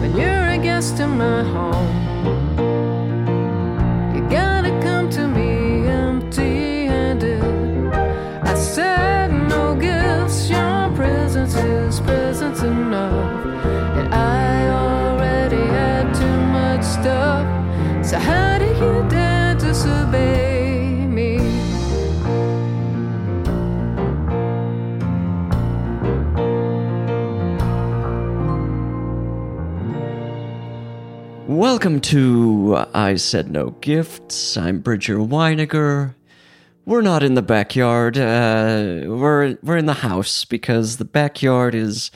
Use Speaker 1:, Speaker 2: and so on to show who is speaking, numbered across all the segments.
Speaker 1: When you're a guest in my home, you gotta come to me empty handed. I said no gifts, your presence is presence enough. And I already had too much stuff. So how do you dare disobey me?
Speaker 2: Welcome to uh, I Said No Gifts. I'm Bridger Weiniger. We're not in the backyard. Uh, we're we're in the house because the backyard is.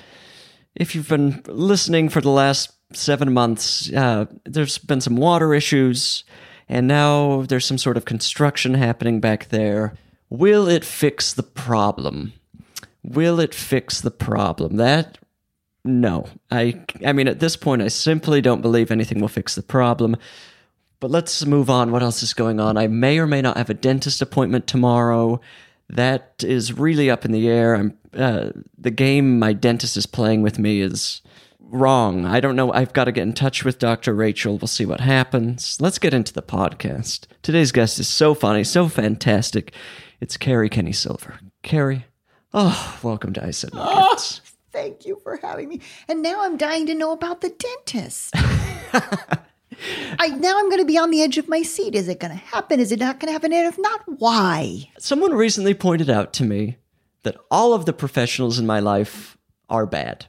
Speaker 2: If you've been listening for the last seven months, uh, there's been some water issues, and now there's some sort of construction happening back there. Will it fix the problem? Will it fix the problem? That no i i mean at this point i simply don't believe anything will fix the problem but let's move on what else is going on i may or may not have a dentist appointment tomorrow that is really up in the air i'm uh, the game my dentist is playing with me is wrong i don't know i've got to get in touch with dr rachel we'll see what happens let's get into the podcast today's guest is so funny so fantastic it's carrie kenny silver carrie oh welcome to i said no Gifts.
Speaker 3: Thank you for having me. And now I'm dying to know about the dentist. I now I'm going to be on the edge of my seat. Is it going to happen? Is it not going to happen? And if not, why?
Speaker 2: Someone recently pointed out to me that all of the professionals in my life are bad.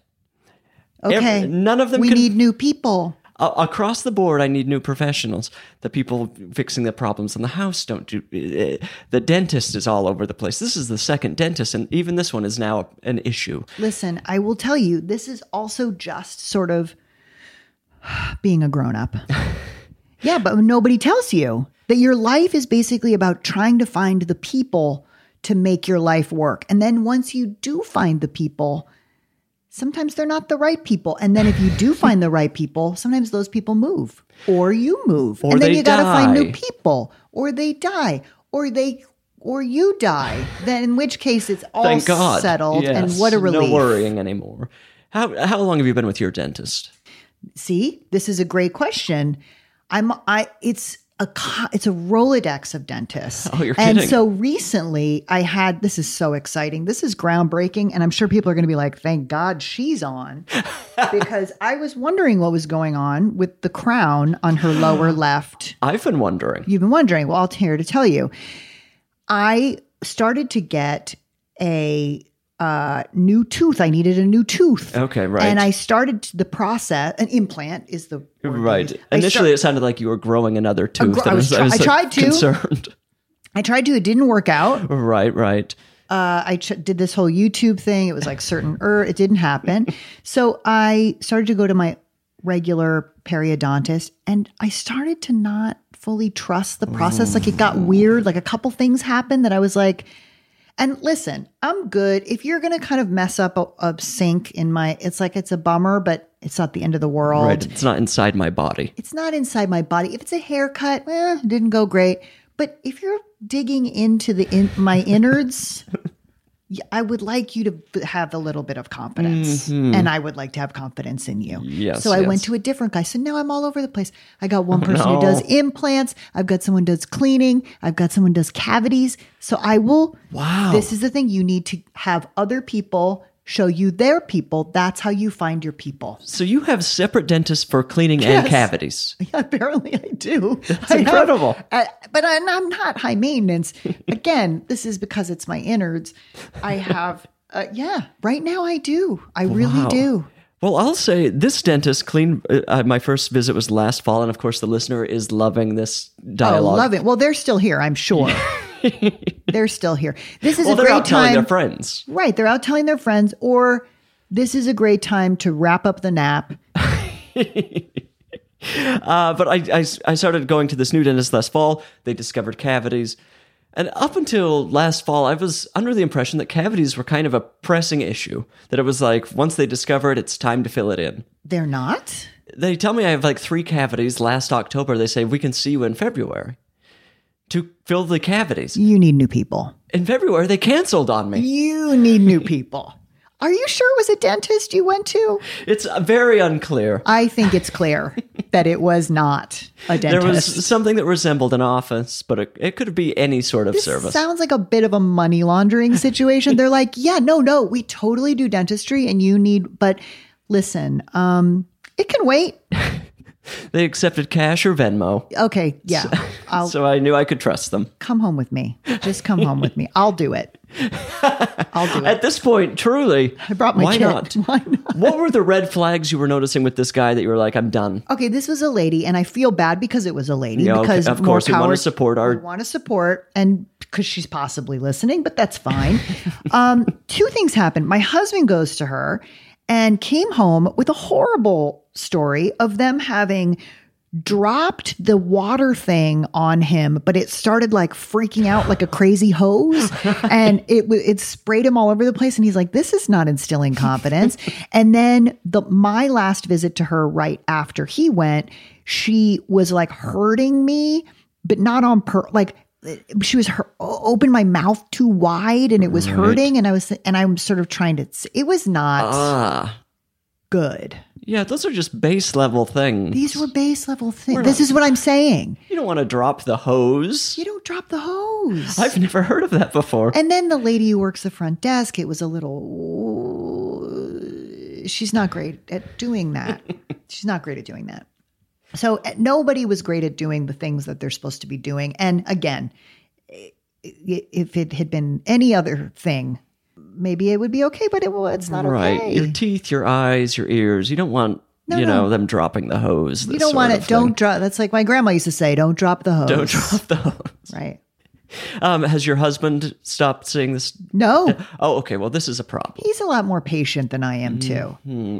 Speaker 2: Ev-
Speaker 3: Okay.
Speaker 2: none of them
Speaker 3: We
Speaker 2: can-
Speaker 3: need new people.
Speaker 2: A- across the board, I need new professionals. The people fixing the problems in the house don't do. eh, The dentist is all over the place. This is the second dentist, and even this one is now an issue.
Speaker 3: Listen, I will tell you. This is also just sort of being a grown up. yeah, but nobody tells you that your life is basically about trying to find the people to make your life work. And then once you do find the people, sometimes they're not the right people. And then if you do find the right people, sometimes those people move or you move.
Speaker 2: Or
Speaker 3: and then
Speaker 2: they
Speaker 3: you gotta find
Speaker 2: die.
Speaker 3: new people or they die or they or you die. Then in which case it's all
Speaker 2: Thank God,
Speaker 3: settled and what a
Speaker 2: Yes,
Speaker 3: relief.
Speaker 2: No worrying anymore. How how long have you been with your dentist?
Speaker 3: See, this is a great question. I'm I it's a co- it's a Rolodex of dentists.
Speaker 2: Oh, you're
Speaker 3: and
Speaker 2: kidding.
Speaker 3: so recently I had this is so exciting. This is groundbreaking and I'm sure people are going to be like, "Thank God she's on." because I was wondering what was going on with the crown on her lower left
Speaker 2: I've been wondering.
Speaker 3: you've been wondering. Well, I'm here to tell you. I started to get a uh, new tooth. I needed a new tooth.
Speaker 2: Okay, right.
Speaker 3: And I started the process. An implant is the word
Speaker 2: Right.
Speaker 3: they use. I
Speaker 2: Initially,
Speaker 3: start-
Speaker 2: it sounded like you were growing another tooth.
Speaker 3: gro-
Speaker 2: and
Speaker 3: I was try- I
Speaker 2: like,
Speaker 3: tried to.
Speaker 2: Concerned.
Speaker 3: I tried to. It didn't work out.
Speaker 2: Right. Right.
Speaker 3: Uh, I ch- did this whole YouTube thing. It was like certain er. It didn't happen. So I started to go to my regular periodontist, and I started to not fully trust the process. Like it got weird. Like a couple things happened that I was like. And listen, I'm good. If you're going to kind of mess up a, a sink in my, it's like it's a bummer, but it's not the end of the world.
Speaker 2: Right. It's not inside my body.
Speaker 3: It's not inside my body. If it's a haircut, eh, it didn't go great. But if you're digging into the in, my innards, y- I would like you to b- have a little bit of confidence, and I would like to have confidence in you.
Speaker 2: Mm-hmm. Yes,
Speaker 3: So I
Speaker 2: yes.
Speaker 3: went to a different guy. So now I'm all over the place. I got one person
Speaker 2: no.
Speaker 3: who does implants. I've got someone does cleaning. I've got someone does cavities. So I will.
Speaker 2: Wow.
Speaker 3: This is the thing. You need to have other people show you their people. That's how you find your people.
Speaker 2: So you have separate dentists for cleaning and
Speaker 3: Yes.
Speaker 2: cavities.
Speaker 3: Apparently, I do. That's
Speaker 2: incredible.
Speaker 3: but I, and I'm not high maintenance. Again, this is because it's my innards. I have, uh, yeah, right now I do. I really
Speaker 2: Wow.
Speaker 3: do.
Speaker 2: Well, I'll say this dentist clean. Uh, uh, my first visit was last fall, and of course, the listener is loving this
Speaker 3: Oh,
Speaker 2: dialogue.
Speaker 3: love it. Well, they're still here, I'm sure. they're still here. This is
Speaker 2: Well,
Speaker 3: a
Speaker 2: they're
Speaker 3: great
Speaker 2: out telling
Speaker 3: time.
Speaker 2: their friends.
Speaker 3: Right. They're out telling their friends, or this is a great time to wrap up the nap.
Speaker 2: Uh, but I, I, I started going to this new dentist last fall. They discovered cavities. And up until last fall, I was under the impression that cavities were kind of a pressing issue. That it was like, once they discover it, it's time to fill it in.
Speaker 3: They're not.
Speaker 2: They tell me I have like three cavities. Last October, they say, we can see you in February to fill the cavities.
Speaker 3: You need new people.
Speaker 2: In February, they canceled on me.
Speaker 3: You need new people. Are you sure it was a dentist you went to?
Speaker 2: It's uh, very unclear.
Speaker 3: I think it's clear that it was not a
Speaker 2: There
Speaker 3: dentist.
Speaker 2: was something that resembled an office, but it, it could be any sort of
Speaker 3: this
Speaker 2: service.
Speaker 3: sounds like a bit of a money laundering situation. They're like, yeah, no, no, we totally do dentistry and you need, but listen, um, it can wait.
Speaker 2: they accepted cash or Venmo.
Speaker 3: Okay, yeah. I'll
Speaker 2: So I knew I could trust them.
Speaker 3: come home with me. Just come home with me. I'll do it. I'll do it.
Speaker 2: At this point, truly,
Speaker 3: I brought my
Speaker 2: why
Speaker 3: kid.
Speaker 2: not?
Speaker 3: Why not?
Speaker 2: What were the red flags you were noticing with this guy that you were like, I'm done?
Speaker 3: Okay, this was a lady, and I feel bad because it was a lady.
Speaker 2: Yeah, okay,
Speaker 3: because
Speaker 2: of course, we
Speaker 3: more
Speaker 2: wanna
Speaker 3: power-
Speaker 2: support our-
Speaker 3: we want to support, and because she's possibly listening, but that's fine. um, two things happened. My husband goes to her and came home with a horrible story of them having dropped the water thing on him but it started like freaking out like a crazy hose and it w- it sprayed him all over the place and he's like this is not instilling confidence and then the my last visit to her right after he went she was like hurting me but not on per like she was her opened my mouth too wide and it was hurting and i was and i'm sort of trying to it was not
Speaker 2: Ah,
Speaker 3: good
Speaker 2: yeah, those are just base level things.
Speaker 3: these were base level things this is what i'm saying
Speaker 2: you don't want to drop the hose.
Speaker 3: you don't drop the hose
Speaker 2: I've never heard of that before.
Speaker 3: and then the lady who works the front desk it was a little she's not great at doing that she's not great at doing that so eh, nobody was great at doing the things that they're supposed to be doing and again i- i- if it had been any other thing maybe it would be okay but it, well, it's not
Speaker 2: right.
Speaker 3: okay
Speaker 2: Your teeth, your eyes, your ears. You don't want, you know, them dropping the hose.
Speaker 3: you don't want it don't drop that's like my grandma used to say don't drop the hose
Speaker 2: Don't drop the hose.
Speaker 3: right
Speaker 2: Um, has your husband stopped seeing this?
Speaker 3: no
Speaker 2: Oh, okay. Well, this is a problem. Hmm, um,
Speaker 3: he's a lot more patient than i am too
Speaker 2: Mm-hmm.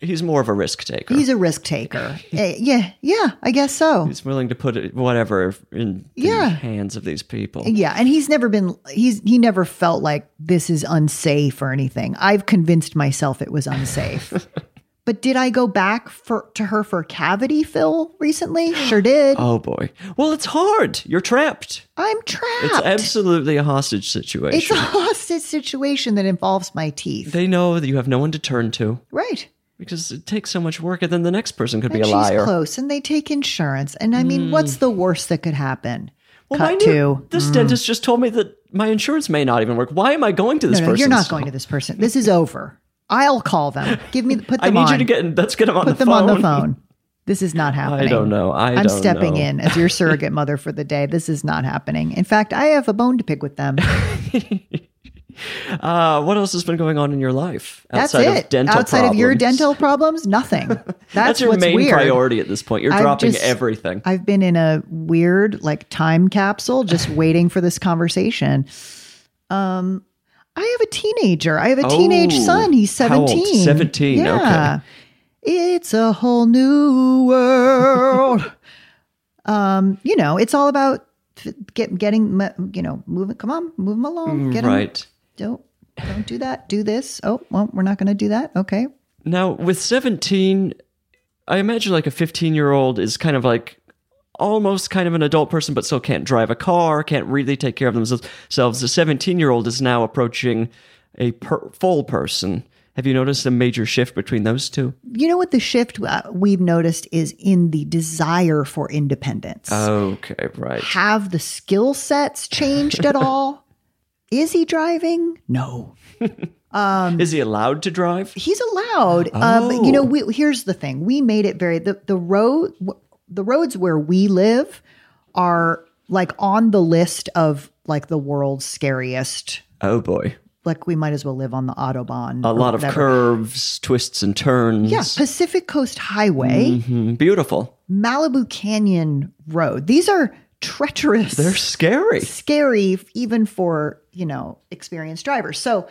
Speaker 2: He's more of a risk taker. He's,
Speaker 3: He's a risk taker. Eh, yeah, yeah, I guess so.
Speaker 2: willing to put it, whatever in the
Speaker 3: Yeah.
Speaker 2: hands of these people.
Speaker 3: Yeah, and he's never been he's he never felt like this is unsafe or anything. I've convinced myself it was unsafe. but did I go back for to her for cavity fill recently? Sure did.
Speaker 2: Oh boy. Well, it's hard. You're trapped.
Speaker 3: I'm trapped.
Speaker 2: It's
Speaker 3: It's,
Speaker 2: absolutely a hostage situation.
Speaker 3: a hostage situation that involves my teeth.
Speaker 2: they know that you have no one to turn to
Speaker 3: right.
Speaker 2: because it takes so much work, and then the next person could be
Speaker 3: And
Speaker 2: a
Speaker 3: she's
Speaker 2: liar. Mm.
Speaker 3: close and they take insurance. And I mean, what's the worst that could happen?
Speaker 2: Well,
Speaker 3: Cut
Speaker 2: my new-
Speaker 3: to mm.
Speaker 2: this dentist just told me that my insurance may not even work. Why am I going to this
Speaker 3: No, no,
Speaker 2: person?
Speaker 3: you're not
Speaker 2: still?
Speaker 3: going to this person. This is over. I'll call them. Give me put them
Speaker 2: I need
Speaker 3: on.
Speaker 2: you to get. Let's get him on
Speaker 3: put
Speaker 2: the
Speaker 3: them
Speaker 2: phone.
Speaker 3: on the phone. This is not happening.
Speaker 2: I don't know. I
Speaker 3: am
Speaker 2: don't
Speaker 3: stepping
Speaker 2: know.
Speaker 3: in as your surrogate mother for the day. This is not happening. In fact, I have a bone to pick with them.
Speaker 2: Uh, what else has been going on in your life
Speaker 3: That's
Speaker 2: outside
Speaker 3: it.
Speaker 2: of dental?
Speaker 3: outside of your
Speaker 2: problems?
Speaker 3: dental problems, nothing. That's,
Speaker 2: That's your
Speaker 3: what's
Speaker 2: main
Speaker 3: weird.
Speaker 2: priority at this point. You're
Speaker 3: I've
Speaker 2: dropping
Speaker 3: just-
Speaker 2: everything.
Speaker 3: I've been in a weird like time capsule just waiting for this conversation. Um I have a teenager. I have a teenage
Speaker 2: Oh,
Speaker 3: son. He's
Speaker 2: how old?
Speaker 3: 17.
Speaker 2: 17, okay.
Speaker 3: Yeah. It's a whole new world. um, you know, it's all about f- get, getting m- you know, moving come on, move them along, get 'em-
Speaker 2: Mm, right.
Speaker 3: Don't don't do that. Do this. Oh, well, we're not going to do that. Okay.
Speaker 2: Now, with 17, I imagine like a 15 year old is kind of like almost kind of an adult person, but still can't drive a car, can't really take care of themselves. The 17 year old is now approaching a per- full person. Have you noticed a major shift between those two?
Speaker 3: you know what the shift uh, we've noticed is in the desire for independence.
Speaker 2: Oh, Okay, right.
Speaker 3: Have the skill sets changed at all? is he driving? No.
Speaker 2: Is he allowed to drive?
Speaker 3: He's allowed. Um,
Speaker 2: Oh.
Speaker 3: you know, we, here's the thing: we made it very the the road the roads where we live are like on the list of like the world's scariest.
Speaker 2: Oh boy.
Speaker 3: Like we might as well live on the autobahn.
Speaker 2: A lot of curves, twists, and turns.
Speaker 3: Yeah, Pacific Coast Highway,
Speaker 2: Mhm. Beautiful.
Speaker 3: Malibu Canyon Road. These are treacherous.
Speaker 2: They're scary.
Speaker 3: scary even for you know experienced drivers so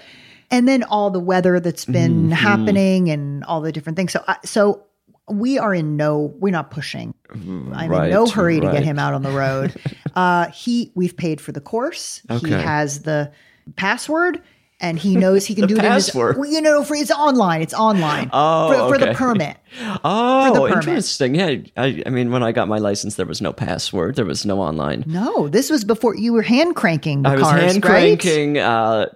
Speaker 3: and then all the weather that's been
Speaker 2: Mm-hmm.
Speaker 3: happening and all the different things so I, so we are in no we're not pushing i'm
Speaker 2: Mm-hmm. right,
Speaker 3: in no hurry to
Speaker 2: right.
Speaker 3: get him out on the road uh he we've paid for the course
Speaker 2: Okay.
Speaker 3: he has the password and he knows he can do it
Speaker 2: password.
Speaker 3: in his, well, you know for it's online it's online
Speaker 2: Oh,
Speaker 3: for, for
Speaker 2: okay.
Speaker 3: the permit
Speaker 2: Oh,
Speaker 3: permit.
Speaker 2: interesting. Yeah, I, I mean, when I got my license, there was no password, there was no online.
Speaker 3: no this was before you were hand cranking the
Speaker 2: I was
Speaker 3: cars
Speaker 2: hand
Speaker 3: right?
Speaker 2: cranking. Uh,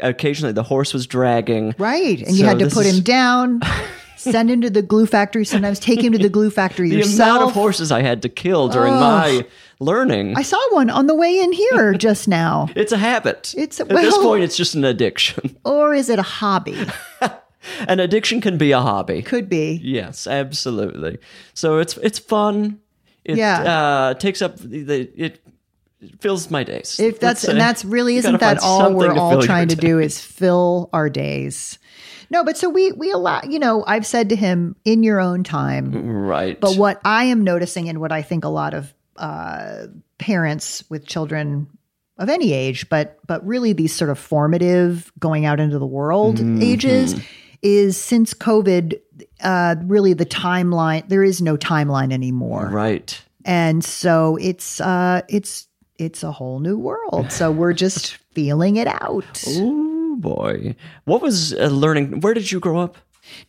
Speaker 2: occasionally, the horse was dragging.
Speaker 3: Right. And you
Speaker 2: So
Speaker 3: had to
Speaker 2: this
Speaker 3: put
Speaker 2: is-
Speaker 3: him down, send him to the glue factory, sometimes take him to the glue factory
Speaker 2: The
Speaker 3: yourself.
Speaker 2: amount of horses I had to kill during my learning.
Speaker 3: I saw one on the way in here just now.
Speaker 2: it's a habit.
Speaker 3: It's-
Speaker 2: At this
Speaker 3: well-
Speaker 2: point, it's just an addiction.
Speaker 3: Or is it a hobby?
Speaker 2: an addiction can be a hobby.
Speaker 3: Could be.
Speaker 2: Yes, absolutely. So it's it's fun. It
Speaker 3: Yeah.
Speaker 2: uh, takes up the, the it fills my days.
Speaker 3: If that's
Speaker 2: Let's
Speaker 3: and
Speaker 2: say.
Speaker 3: that's really
Speaker 2: You
Speaker 3: isn't
Speaker 2: gotta find
Speaker 3: that all
Speaker 2: something
Speaker 3: we're
Speaker 2: to
Speaker 3: all
Speaker 2: fill your
Speaker 3: trying to
Speaker 2: day.
Speaker 3: do is fill our days. No, but so we we allow you know, I've said to him in your own time,
Speaker 2: right.
Speaker 3: But what I am noticing, and what I think a lot of uh, parents with children of any age, but but really these sort of formative going out into the world
Speaker 2: Mm-hmm.
Speaker 3: ages, is since COVID, uh, really the timeline. There is no timeline anymore,
Speaker 2: right.
Speaker 3: and so it's uh, it's it's a whole new world. So we're just feeling it out.
Speaker 2: Oh boy. What was uh, learning? Where did you grow up?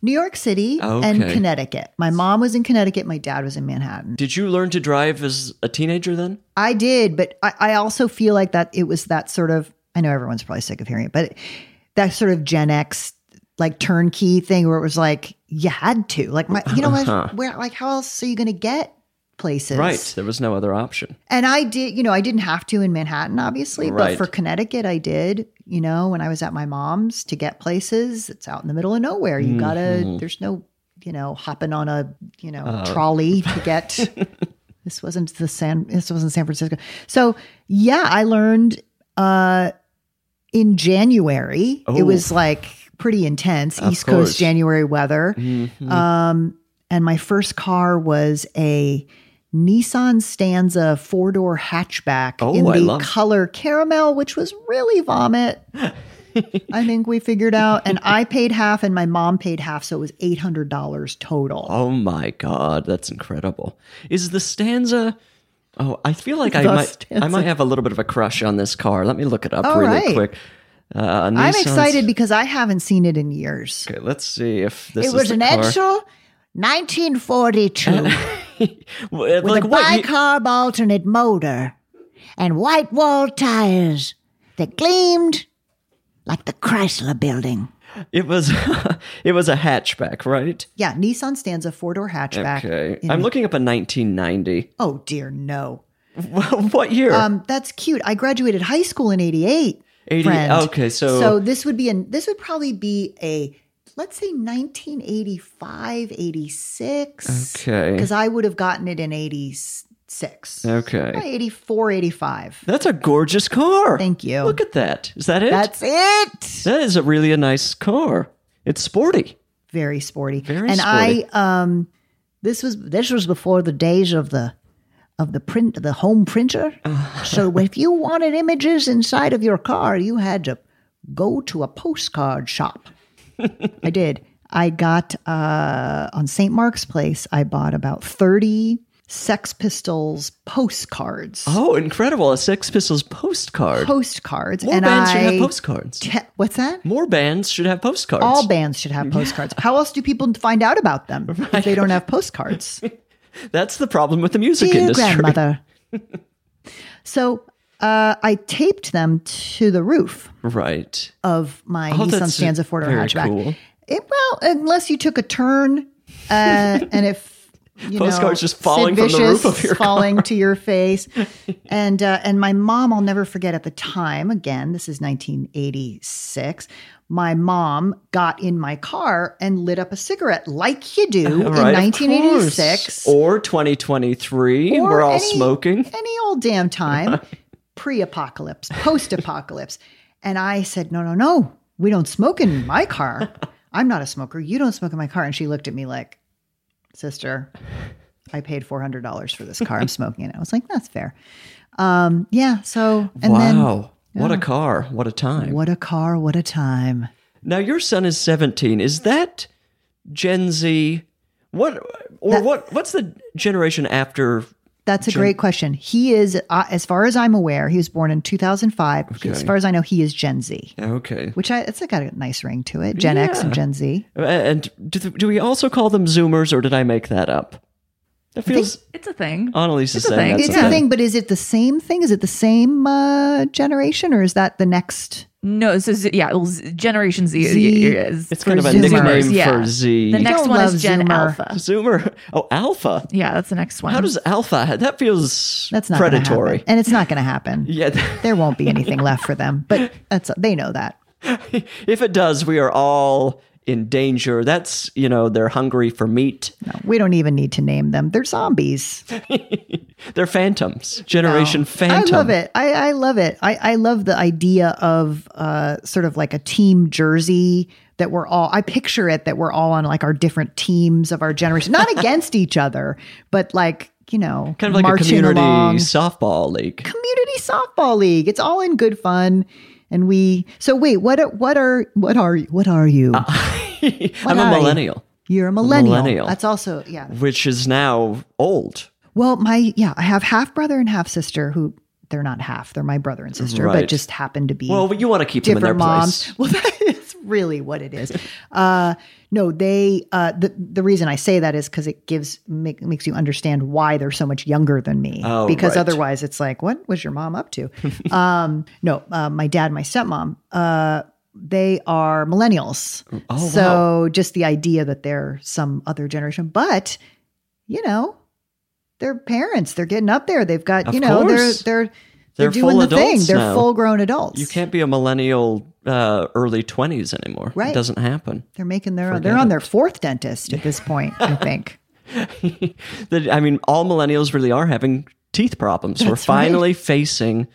Speaker 3: New York City and
Speaker 2: Okay.
Speaker 3: Connecticut. My mom was in Connecticut. My dad was in Manhattan.
Speaker 2: Did you learn to drive as a teenager then?
Speaker 3: I did, but I, I also feel like that it was that sort of I know everyone's probably sick of hearing it, but that sort of Gen X like turnkey thing where it was like you had to like my you know
Speaker 2: Uh-huh.
Speaker 3: what where like how else are you going to get places
Speaker 2: Right. There was no other option.
Speaker 3: and I did, you know, I didn't have to in Manhattan, obviously,
Speaker 2: Right.
Speaker 3: but for Connecticut, I did, you know, when I was at my mom's to get places. It's out in the middle of nowhere. You
Speaker 2: Mm-hmm.
Speaker 3: gotta, there's no, you know, hopping on a, you know, trolley to get. this wasn't the San, this wasn't San Francisco. So, yeah, I learned uh, in January. It
Speaker 2: Oh.
Speaker 3: was like pretty intense
Speaker 2: Of
Speaker 3: East
Speaker 2: course.
Speaker 3: Coast January weather. Um, and my first car was a Nissan Stanza four door hatchback
Speaker 2: Oh,
Speaker 3: in
Speaker 2: I
Speaker 3: the
Speaker 2: love-
Speaker 3: color caramel, which was really vomit. I think we figured out. And I paid half and my mom paid half. So it was $800 total.
Speaker 2: Oh my god, that's incredible. Is the stanza Oh, I feel like I
Speaker 3: The
Speaker 2: might I
Speaker 3: Stanza.
Speaker 2: might have a little bit of a crush on this car. Let me look it up
Speaker 3: All
Speaker 2: really
Speaker 3: right.
Speaker 2: quick. Uh,
Speaker 3: I'm
Speaker 2: Nissan's-
Speaker 3: excited because I haven't seen it in years.
Speaker 2: Okay, let's see if this
Speaker 3: It
Speaker 2: is
Speaker 3: was
Speaker 2: the
Speaker 3: an
Speaker 2: car.
Speaker 3: actual 1942.
Speaker 2: Well,
Speaker 3: with
Speaker 2: uh, like
Speaker 3: a
Speaker 2: what? ye-
Speaker 3: bicarb alternate motor and white wall tires that gleamed like the Chrysler building.
Speaker 2: It was it was a hatchback, right?
Speaker 3: Yeah, Nissan Stanza four door hatchback.
Speaker 2: Okay.
Speaker 3: in-
Speaker 2: I'm looking up a 1990.
Speaker 3: oh dear, no.
Speaker 2: what year?
Speaker 3: Um, that's cute. I graduated high school in '88.
Speaker 2: 80
Speaker 3: friend.
Speaker 2: okay, so-
Speaker 3: so this would be an this would probably be a let's say 1985, 86.
Speaker 2: Okay.
Speaker 3: because I would have gotten it in '86.
Speaker 2: Okay.
Speaker 3: 84, 85.
Speaker 2: That's a gorgeous car.
Speaker 3: Thank you.
Speaker 2: Look at that. Is that it?
Speaker 3: That's it.
Speaker 2: that is a really a nice car. It's sporty.
Speaker 3: very sporty.
Speaker 2: Very
Speaker 3: and
Speaker 2: sporty.
Speaker 3: I um this was this was before the days of the of the print the home printer. so if you wanted images inside of your car, you had to go to a postcard shop. I did. I got uh on St. Mark's Place, I bought about 30 Sex Pistols postcards.
Speaker 2: Oh, incredible. A Sex Pistols postcard.
Speaker 3: Postcards.
Speaker 2: More
Speaker 3: and
Speaker 2: bands
Speaker 3: I
Speaker 2: should have postcards.
Speaker 3: Te- what's that?
Speaker 2: More bands should have postcards.
Speaker 3: All bands should have postcards. How else do people find out about them if they don't have postcards?
Speaker 2: That's the problem with the music
Speaker 3: Dear
Speaker 2: industry.
Speaker 3: grandmother. so uh, I taped them to the roof
Speaker 2: Right.
Speaker 3: of my
Speaker 2: Oh,
Speaker 3: Nissan
Speaker 2: that's
Speaker 3: Stanza Ford or
Speaker 2: very
Speaker 3: hatchback.
Speaker 2: cool.
Speaker 3: It, well, unless you took a turn uh, and if you
Speaker 2: Postcards
Speaker 3: know,
Speaker 2: just falling
Speaker 3: Sid
Speaker 2: from the roof
Speaker 3: Vicious
Speaker 2: of your car.
Speaker 3: falling to your face, and uh, and my mom, I'll never forget. At the time, again, this is 1986. My mom got in my car and lit up a cigarette, like you do in
Speaker 2: All right, of
Speaker 3: 1986,
Speaker 2: course. or 2023.
Speaker 3: Or
Speaker 2: We're all
Speaker 3: any-
Speaker 2: smoking.
Speaker 3: any old damn time, pre-apocalypse, post-apocalypse, and I said, no, no, no, we don't smoke in my car. I'm not a smoker. You don't smoke in my car. And she looked at me like, sister, I paid four hundred dollars for this car. I'm smoking it. I was like, that's fair. Um, yeah. So and
Speaker 2: wow, what a car! What a time!
Speaker 3: then what a car, what a time.
Speaker 2: Now your son is 17. Is that Gen Z? What or
Speaker 3: That-
Speaker 2: what? What's the generation after?
Speaker 3: That's a great question. He is, uh, as far as I'm aware, he was born in 2005. He- As
Speaker 2: Okay.
Speaker 3: far as I know, he is Gen Z,
Speaker 2: Okay.
Speaker 3: which I it's got a nice ring to it. Gen X and
Speaker 2: Yeah.
Speaker 3: Gen Z.
Speaker 2: Uh, And do, th- do we also call them Zoomers, or did I make that up? That feels
Speaker 4: It's a thing.
Speaker 2: Annalise is
Speaker 4: It's a
Speaker 2: saying
Speaker 4: thing.
Speaker 2: that's
Speaker 3: It's
Speaker 2: a
Speaker 3: a thing, but is it the same thing? Is it the same uh, generation, or is that the next?
Speaker 4: No, so Z- yeah, well, Z- Generation Z,
Speaker 3: Z.
Speaker 4: is
Speaker 2: It's kind
Speaker 4: for
Speaker 2: of a
Speaker 4: Zoomers,
Speaker 2: nickname
Speaker 4: yeah.
Speaker 2: for Z.
Speaker 4: The next
Speaker 3: don't
Speaker 4: one
Speaker 3: love
Speaker 4: is Gen
Speaker 3: Zoomer.
Speaker 4: Alpha.
Speaker 2: Zoomer. Oh, Alpha.
Speaker 4: Yeah, that's the next one.
Speaker 2: How does Alpha? That feels
Speaker 3: That's not gonna
Speaker 2: predatory.
Speaker 3: happen. and it's not going to happen.
Speaker 2: Yeah.
Speaker 3: There won't be anything left for them. But that's they know that.
Speaker 2: if it does, we are all in danger. That's you know they're hungry for meat.
Speaker 3: No, we don't even need to name them. They're zombies.
Speaker 2: They're phantoms. Generation phantom.
Speaker 3: I love it. I, I love it. I, I love the idea of uh, sort of like a team jersey that we're all, I picture it that we're all on like our different teams of our generation, not against each other, but like, you know,
Speaker 2: Kind of like a
Speaker 3: marching
Speaker 2: community
Speaker 3: along.
Speaker 2: softball league.
Speaker 3: community softball league. It's all in good fun. And we, so wait, what, are- what are, what are, what are you?
Speaker 2: I'm
Speaker 3: are
Speaker 2: a
Speaker 3: you?
Speaker 2: millennial,
Speaker 3: You're a millennial.
Speaker 2: Uh, millennial.
Speaker 3: That's also, yeah.
Speaker 2: which is now old.
Speaker 3: Well, my yeah, I have half brother and half sister who they're not half, they're my brother and sister, but
Speaker 2: Right.
Speaker 3: just happen to be
Speaker 2: Well, you want to keep them in their
Speaker 3: different moms.
Speaker 2: place.
Speaker 3: Well, that is really what it is. Uh, no, they uh, the the reason I say that is because it gives make, makes you understand why they're so much younger than me.
Speaker 2: Oh,
Speaker 3: because
Speaker 2: right.
Speaker 3: otherwise, it's like, what was your mom up to? um, no, uh, my dad, my stepmom. Uh, they are millennials.
Speaker 2: Oh,
Speaker 3: so just the idea that they're some other generation, but you know, they're parents. They're getting up there. They've got
Speaker 2: Of
Speaker 3: you know they're
Speaker 2: course.
Speaker 3: they're
Speaker 2: They're
Speaker 3: they're, doing
Speaker 2: full
Speaker 3: the thing.
Speaker 2: adults
Speaker 3: They're
Speaker 2: now.
Speaker 3: full grown adults.
Speaker 2: You can't be a millennial uh, early 20s anymore.
Speaker 3: Right.
Speaker 2: It doesn't happen.
Speaker 3: They're making their own.
Speaker 2: Forget
Speaker 3: They're on
Speaker 2: it.
Speaker 3: their fourth dentist at this point, I think.
Speaker 2: The- I mean, all millennials really are having teeth problems. We're
Speaker 3: That's right.
Speaker 2: finally facing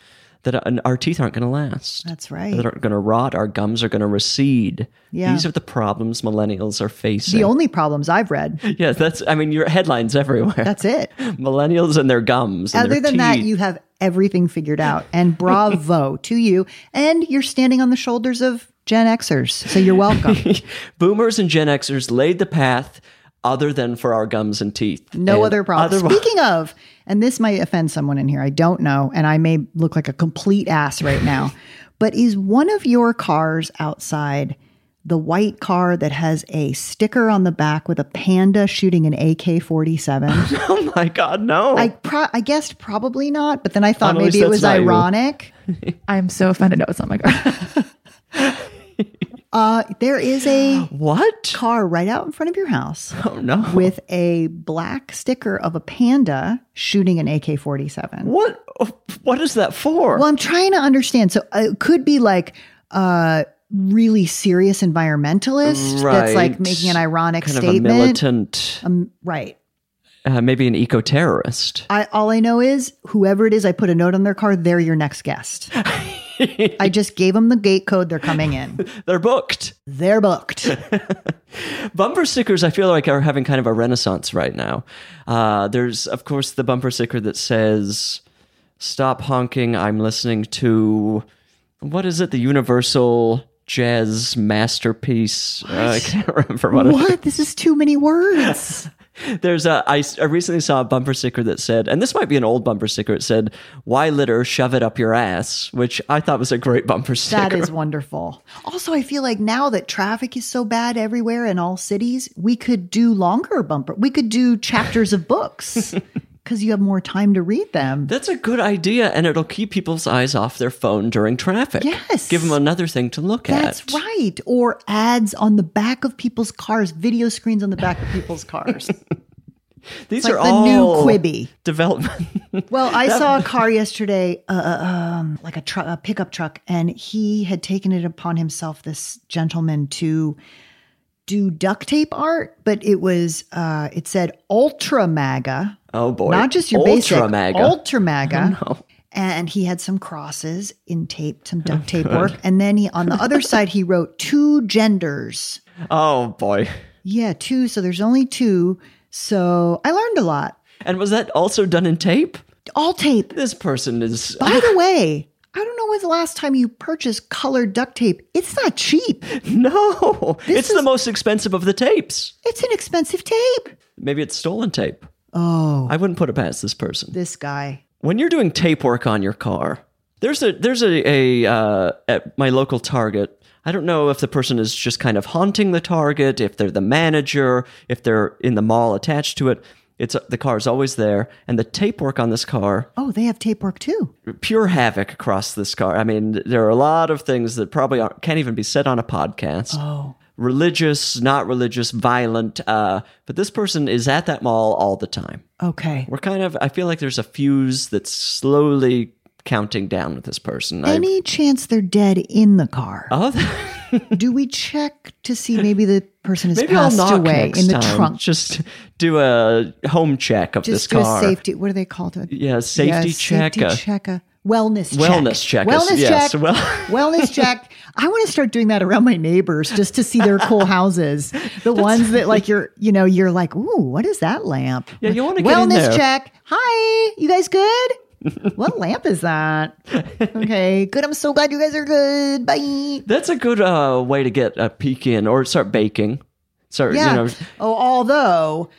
Speaker 2: that uh, our teeth aren't going to last.
Speaker 3: That's right.
Speaker 2: That are going to rot. Our gums are going to recede.
Speaker 3: Yeah.
Speaker 2: These are the problems millennials are facing.
Speaker 3: The only problems I've read.
Speaker 2: yes, that's. I mean, your headlines everywhere.
Speaker 3: That's it.
Speaker 2: millennials and their gums. And
Speaker 3: Other
Speaker 2: their
Speaker 3: than that,
Speaker 2: teeth.
Speaker 3: you have everything figured out. And bravo to you. And you're standing on the shoulders of Gen Xers. So you're welcome.
Speaker 2: boomers and Gen Xers laid the path other than for our gums and teeth.
Speaker 3: No
Speaker 2: And
Speaker 3: other problem.
Speaker 2: otherwise-
Speaker 3: Speaking of, and this might offend someone in here, I don't know, and I may look like a complete ass right now, but is one of your cars outside the white car that has a sticker on the back with a panda shooting an AK 47?
Speaker 2: oh my God, no.
Speaker 3: I, pro- I guessed probably not, but then I thought
Speaker 2: Annalise,
Speaker 3: maybe it
Speaker 2: that's
Speaker 3: was
Speaker 2: not you.
Speaker 3: ironic.
Speaker 4: I'm so offended. No, it's not my car.
Speaker 3: Uh, there is a
Speaker 2: what?
Speaker 3: car right out in front of your house
Speaker 2: Oh no.
Speaker 3: with a black sticker of a panda shooting an AK 47.
Speaker 2: what? What is that for?
Speaker 3: Well, I'm trying to understand. So uh, it could be like uh, really serious environmentalist that's like
Speaker 2: Right.
Speaker 3: making an ironic
Speaker 2: Kind of a
Speaker 3: statement.
Speaker 2: militant,
Speaker 3: Um, right.
Speaker 2: uh, maybe an eco terrorist.
Speaker 3: I all I know is whoever it is, I put a note on their car. They're your next guest. I just gave them the gate code. They're coming in.
Speaker 2: They're booked.
Speaker 3: They're booked.
Speaker 2: Bumper stickers, I feel like, are having kind of a renaissance right now. Uh, there's, of course, the bumper sticker that says, Stop honking, I'm listening to, what is it, the Universal Jazz Masterpiece? Uh, I can't remember what, it
Speaker 3: what? This is too many words.
Speaker 2: There's a, I, s- I recently saw a bumper sticker that said, and this might be an old bumper sticker, it said, Why litter, shove it up your ass, which I thought was a great bumper sticker.
Speaker 3: That is wonderful. Also, I feel like now that traffic is so bad everywhere in all cities, we could do longer bumper. We could do chapters of books because you have more time to read them.
Speaker 2: That's a good idea, and it'll keep people's eyes off their phone during traffic.
Speaker 3: Yes.
Speaker 2: Give them another thing to look at.
Speaker 3: That's right. Or ads on the back of people's cars, video screens on the back of people's cars.
Speaker 2: These
Speaker 3: like
Speaker 2: are
Speaker 3: the
Speaker 2: all
Speaker 3: new Quibi.
Speaker 2: development.
Speaker 3: Well, I saw a car yesterday, uh, um, like a, truck, a pickup truck, and he had taken it upon himself, this gentleman, to do duct tape art, but it was, uh, it said Ultra MAGA,
Speaker 2: oh boy,
Speaker 3: not just your
Speaker 2: Ultra
Speaker 3: basic
Speaker 2: MAGA.
Speaker 3: Ultra MAGA. And he had some crosses in tape, some duct tape work. And then he, on the other side, he wrote two genders.
Speaker 2: oh boy.
Speaker 3: Yeah, two. So there's only two. So I learned a lot.
Speaker 2: And was that also done in tape?
Speaker 3: All tape.
Speaker 2: This person is.
Speaker 3: By the way, I don't know when's the last time you purchased colored duct tape. It's not cheap.
Speaker 2: No, it's the most expensive of the tapes.
Speaker 3: It's an expensive tape.
Speaker 2: Maybe it's stolen tape.
Speaker 3: Oh,
Speaker 2: I wouldn't put it past this person.
Speaker 3: this guy.
Speaker 2: When you're doing tape work on your car, there's a there's a, a uh, at my local Target. I don't know if the person is just kind of haunting the Target, if they're the manager, if they're in the mall attached to it. It's the car is always there, and the tape work on this car
Speaker 3: Oh, they have tape work too.
Speaker 2: pure havoc across this car. I mean, there are a lot of things that probably aren't, can't even be said on a podcast.
Speaker 3: Oh.
Speaker 2: Religious, not religious, violent. Uh, but this person is at that mall all the time.
Speaker 3: Okay.
Speaker 2: We're kind of, I feel like there's a fuse that's slowly counting down with this person. I-
Speaker 3: Any chance they're dead in the car?
Speaker 2: oh,
Speaker 3: Do we check to see maybe the person has
Speaker 2: maybe I'll
Speaker 3: passed
Speaker 2: knock
Speaker 3: away
Speaker 2: next
Speaker 3: in the
Speaker 2: time.
Speaker 3: trunk?
Speaker 2: Just do a home check of this
Speaker 3: Just do
Speaker 2: car.
Speaker 3: a safety. What are they called? A-
Speaker 2: yeah, safety
Speaker 3: Yeah,
Speaker 2: check.
Speaker 3: Safety
Speaker 2: uh,
Speaker 3: check. A wellness check.
Speaker 2: Wellness check is-
Speaker 3: Wellness
Speaker 2: yes,
Speaker 3: check.
Speaker 2: well-
Speaker 3: wellness check. I want to start doing that around my neighbors just to see their cool houses. The ones that like you're, you know, you're like, ooh, what is that lamp?
Speaker 2: Yeah, you wanna get in
Speaker 3: wellness
Speaker 2: there.
Speaker 3: check. Hi, you guys good? what lamp is that? Okay, good. I'm so glad you guys are good. Bye.
Speaker 2: That's a good uh, way to get a peek in or start baking. Start,
Speaker 3: Yeah.
Speaker 2: you know,
Speaker 3: Oh, although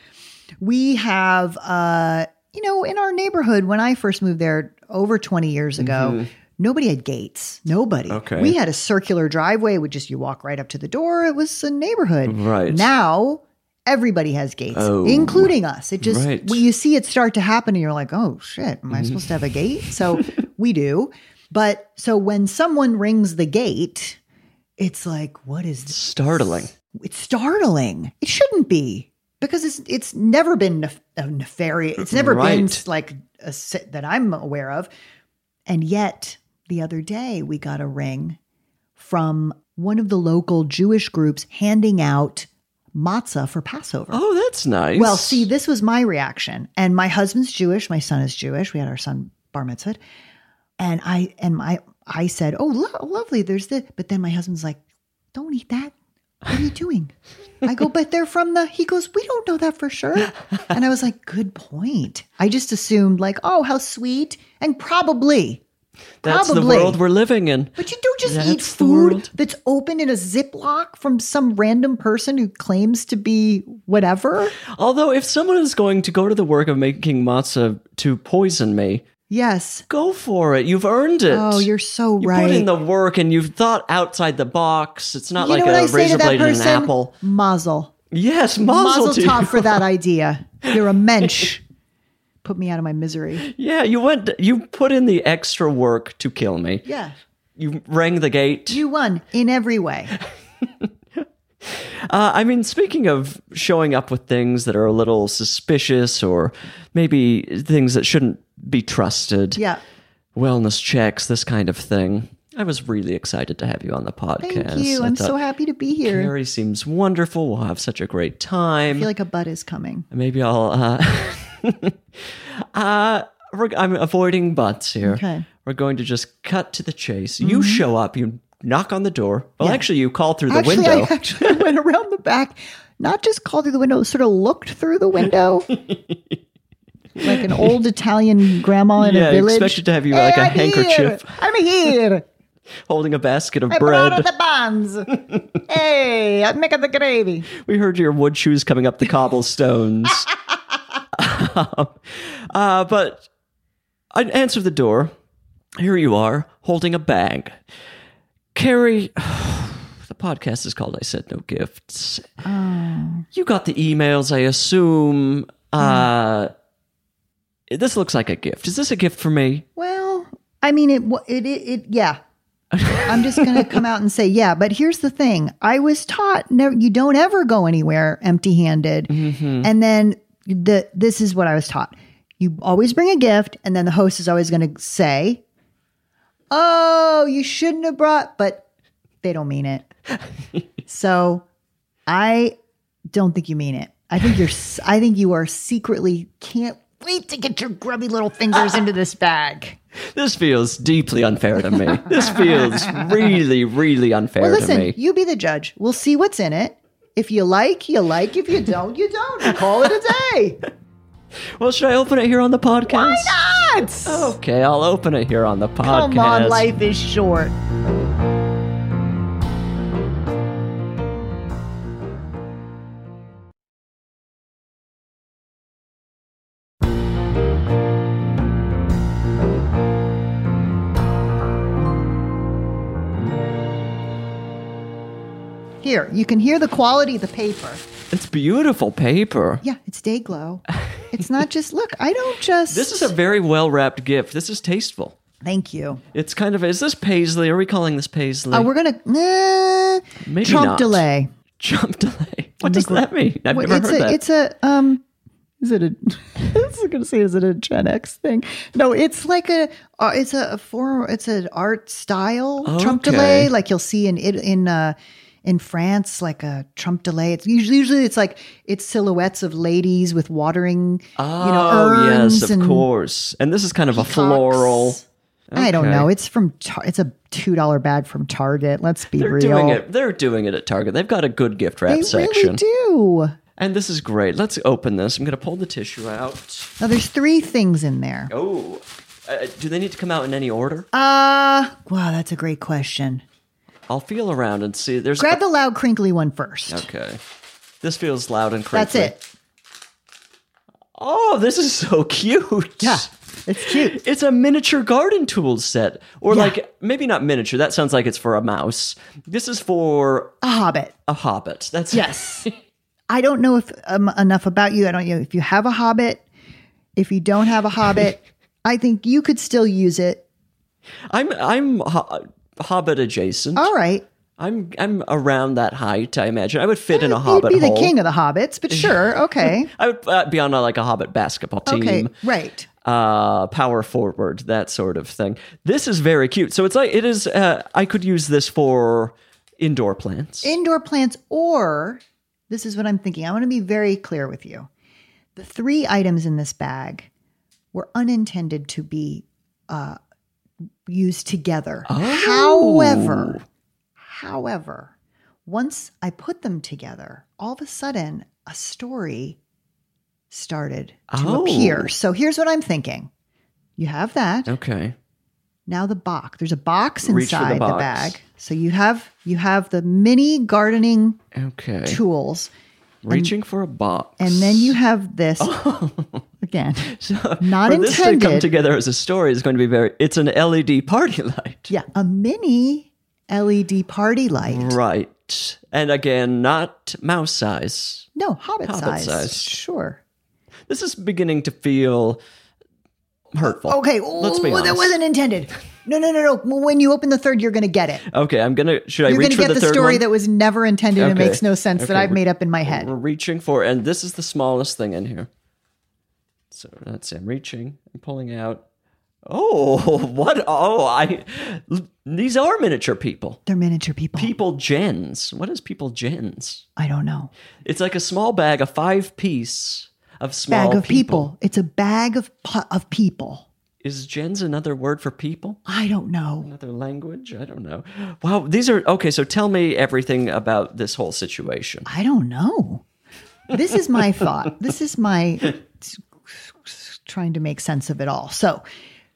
Speaker 3: we have, uh, you know, in our neighborhood when I first moved there over 20 years ago, nobody had gates. Nobody.
Speaker 2: Mm-hmm. Okay.
Speaker 3: We had a circular driveway. Would just you walk right up to the door. It was a neighborhood.
Speaker 2: Right.
Speaker 3: now. Everybody has gates,
Speaker 2: Oh.
Speaker 3: including us. It just
Speaker 2: Right. Mm-hmm.
Speaker 3: when you see it start to happen, and you're like, "Oh shit, am I supposed to have a gate?" So we do, but so when someone rings the gate, it's like, "What is this?"
Speaker 2: startling.
Speaker 3: it's startling. It shouldn't be because it's it's never been nef- a nefarious. It's never been
Speaker 2: Right.
Speaker 3: like a, se- that I'm aware of, and yet the other day we got a ring from one of the local Jewish groups handing out matzah for Passover.
Speaker 2: Oh, that's nice.
Speaker 3: Well, see, this was my reaction, and my husband's Jewish. My son is Jewish. We had our son bar mitzvah, and I and my I said, "Oh, lo- lovely." There's the, but then my husband's like, "Don't eat that." What are you doing? I go, but they're from the. He goes, we don't know that for sure. And I was like, good point. I just assumed, like, oh, how sweet, and probably.
Speaker 2: that's
Speaker 3: probably.
Speaker 2: the world we're living in.
Speaker 3: But you don't just eat
Speaker 2: That's the
Speaker 3: food
Speaker 2: world.
Speaker 3: that's open in a Ziploc from some random person who claims to be whatever.
Speaker 2: Although, if someone is going to go to the work of making matzah to poison me,
Speaker 3: Yes.
Speaker 2: go for it. You've earned it.
Speaker 3: Oh, you're so
Speaker 2: You
Speaker 3: right.
Speaker 2: put in the work and you've thought outside the box. It's not
Speaker 3: You
Speaker 2: like
Speaker 3: know what I
Speaker 2: a
Speaker 3: say
Speaker 2: razor
Speaker 3: to that
Speaker 2: blade and an
Speaker 3: person?
Speaker 2: apple.
Speaker 3: Mazel.
Speaker 2: Yes,
Speaker 3: Mazel,
Speaker 2: mazel, to you.
Speaker 3: tov for that idea. You're a mensch. Put me out of my misery.
Speaker 2: Yeah, you went. You put in the extra work to kill me.
Speaker 3: Yeah.
Speaker 2: You rang the gate.
Speaker 3: You won in every way.
Speaker 2: Uh, I mean, speaking of showing up with things that are a little suspicious or maybe things that shouldn't be trusted,
Speaker 3: Yeah.
Speaker 2: wellness checks, this kind of thing. I was really excited to have you on the podcast.
Speaker 3: Thank you.
Speaker 2: I
Speaker 3: I'm
Speaker 2: thought,
Speaker 3: so happy to be here.
Speaker 2: Carrie seems wonderful. We'll have such a great
Speaker 3: I
Speaker 2: time.
Speaker 3: feel like a butt is coming.
Speaker 2: Maybe I'll. Uh, uh, we're, I'm avoiding butts here.
Speaker 3: Okay. Mm-hmm.
Speaker 2: We're going to just cut to the chase. You show up. You knock on the door. Well, actually, you call through the
Speaker 3: actually,
Speaker 2: window.
Speaker 3: I actually went around the back, not just called through the window, sort of looked through the window. like an old Italian grandma in
Speaker 2: Yeah,
Speaker 3: a
Speaker 2: I
Speaker 3: village.
Speaker 2: expected to have you like a
Speaker 3: I'm
Speaker 2: handkerchief
Speaker 3: Here. I'm here.
Speaker 2: holding a basket of
Speaker 3: I brought out
Speaker 2: bread.
Speaker 3: the buns. hey, I'm making the gravy.
Speaker 2: We heard your wood shoes coming up the cobblestones. uh, but I answer the door. Here you are, holding a bag. Carrie, the podcast is called I Said No Gifts.
Speaker 3: Oh.
Speaker 2: You got the emails, I assume. Uh, This looks like a gift. Is this a gift for me?
Speaker 3: Well, I mean, it, wa- it, it, it yeah. I'm just going to come out and say, yeah. But here's the Mm-hmm. thing I was taught never, you don't ever go anywhere empty handed. And then the this is what I was taught. You always bring a gift, and then the host is always going to say, "Oh, you shouldn't have brought," but they don't mean it. so, I don't think you mean it. I think you're. s- I think you are secretly can't wait to get your grubby little fingers into this bag.
Speaker 2: This feels deeply unfair to me. This feels really, really unfair
Speaker 3: Well,
Speaker 2: to
Speaker 3: listen,
Speaker 2: me.
Speaker 3: you be the judge. We'll see what's in it. If you like, you like. If you don't, you don't. We Call it a day.
Speaker 2: Well, should I open it here on the podcast?
Speaker 3: Nuts!
Speaker 2: Okay, I'll open it here on the podcast.
Speaker 3: Come on, life is short. Here, you can hear the quality of the paper.
Speaker 2: It's beautiful paper.
Speaker 3: Yeah, it's day glow. It's not just look. I don't just.
Speaker 2: This is a very well wrapped gift. This is tasteful.
Speaker 3: thank you.
Speaker 2: It's kind of is this paisley? Are we calling this paisley?
Speaker 3: Uh, we're gonna nah,
Speaker 2: Maybe
Speaker 3: Trump
Speaker 2: not.
Speaker 3: delay.
Speaker 2: Jump delay. What does that mean? I've
Speaker 3: Wait,
Speaker 2: never
Speaker 3: it's
Speaker 2: heard
Speaker 3: a,
Speaker 2: that.
Speaker 3: It's a um. Is it a? I was gonna say, is it a Gen X thing? No, it's like a. Uh, it's a, form. It's an art style Trump
Speaker 2: Okay.
Speaker 3: delay, like you'll see in it in. Uh, in France, like a Trump delay, it's usually, usually it's like it's silhouettes of ladies with watering,
Speaker 2: oh
Speaker 3: you know, urns
Speaker 2: yes, of
Speaker 3: and
Speaker 2: course. And this is kind of a
Speaker 3: peacocks.
Speaker 2: floral.
Speaker 3: I don't
Speaker 2: Okay.
Speaker 3: know. It's from Tar- it's a two dollar bag from Target. Let's be
Speaker 2: They're
Speaker 3: real.
Speaker 2: doing it. They're doing it at Target. They've got a good gift wrap
Speaker 3: They
Speaker 2: section.
Speaker 3: really do.
Speaker 2: And this is great. Let's open this. I'm going to pull the tissue out.
Speaker 3: Now there's three things in there.
Speaker 2: Oh, uh, do they need to come out in any order?
Speaker 3: Uh wow, that's a great question.
Speaker 2: I'll feel around and see. There's
Speaker 3: Grab the loud crinkly one first.
Speaker 2: okay. This feels loud and
Speaker 3: That's
Speaker 2: crazy.
Speaker 3: it.
Speaker 2: Oh, this is so cute.
Speaker 3: Yeah. It's cute.
Speaker 2: It's a miniature garden tool set, or
Speaker 3: Yeah.
Speaker 2: like maybe not miniature. That sounds like it's for a mouse. This is for
Speaker 3: A hobbit.
Speaker 2: a hobbit. That's
Speaker 3: Yes. I don't know if um, enough about you. I don't know if you have a hobbit. If you don't have a hobbit, I think you could still use it.
Speaker 2: I'm I'm ho- hobbit adjacent.
Speaker 3: All right.
Speaker 2: I'm I'm around that height. I imagine I would fit in a
Speaker 3: You'd
Speaker 2: hobbit
Speaker 3: be
Speaker 2: hole.
Speaker 3: the king of the hobbits, but sure. Okay.
Speaker 2: I would uh, be on a, like a hobbit basketball team.
Speaker 3: Okay. Right.
Speaker 2: uh power forward that sort of thing this is very cute so it's like it is uh i could use this for indoor plants
Speaker 3: indoor plants or this is what i'm thinking i want to be very clear with you the three items in this bag were unintended to be uh, used together
Speaker 2: Oh.
Speaker 3: however however once i put them together all of a sudden a story started to
Speaker 2: Oh.
Speaker 3: appear so here's what i'm thinking you have that
Speaker 2: okay
Speaker 3: now the box. There's a box
Speaker 2: Reach for the
Speaker 3: inside the,
Speaker 2: box.
Speaker 3: bag. So you have you have the mini gardening
Speaker 2: okay
Speaker 3: tools,
Speaker 2: reaching for a box
Speaker 3: and then you have this again. Not
Speaker 2: for this to come
Speaker 3: intended.
Speaker 2: together as a story is going to be very it's an led party light
Speaker 3: Yeah, a mini LED party light.
Speaker 2: right and again not mouse size
Speaker 3: No, hobbit,
Speaker 2: Hobbit
Speaker 3: size.
Speaker 2: size.
Speaker 3: Sure.
Speaker 2: this is beginning to feel hurtful
Speaker 3: Okay.
Speaker 2: let's be
Speaker 3: ooh,
Speaker 2: honest
Speaker 3: that wasn't intended. No, no, no, no. When you open the third, you're going to get it.
Speaker 2: okay i'm gonna should i
Speaker 3: You're going
Speaker 2: reach
Speaker 3: to
Speaker 2: for
Speaker 3: get
Speaker 2: the,
Speaker 3: the,
Speaker 2: third
Speaker 3: story
Speaker 2: one?
Speaker 3: that was never intended and
Speaker 2: Okay.
Speaker 3: it makes no sense that
Speaker 2: Okay,
Speaker 3: I've
Speaker 2: we-
Speaker 3: made up in my head.
Speaker 2: We're reaching for, and this is the smallest thing in here. So that's I'm reaching and pulling out. Oh, what? Oh, I. These are miniature people.
Speaker 3: They're miniature people.
Speaker 2: People gens. What is people gens?
Speaker 3: I don't know.
Speaker 2: It's like a small bag, a five piece of small
Speaker 3: Bag of people. It's a bag of pu- of people.
Speaker 2: Is gens another word for people?
Speaker 3: I don't know.
Speaker 2: Another language? I don't know. Wow, these are okay. So tell me everything about this whole situation.
Speaker 3: I don't know. This is my thought. This is my trying to make sense of it all. So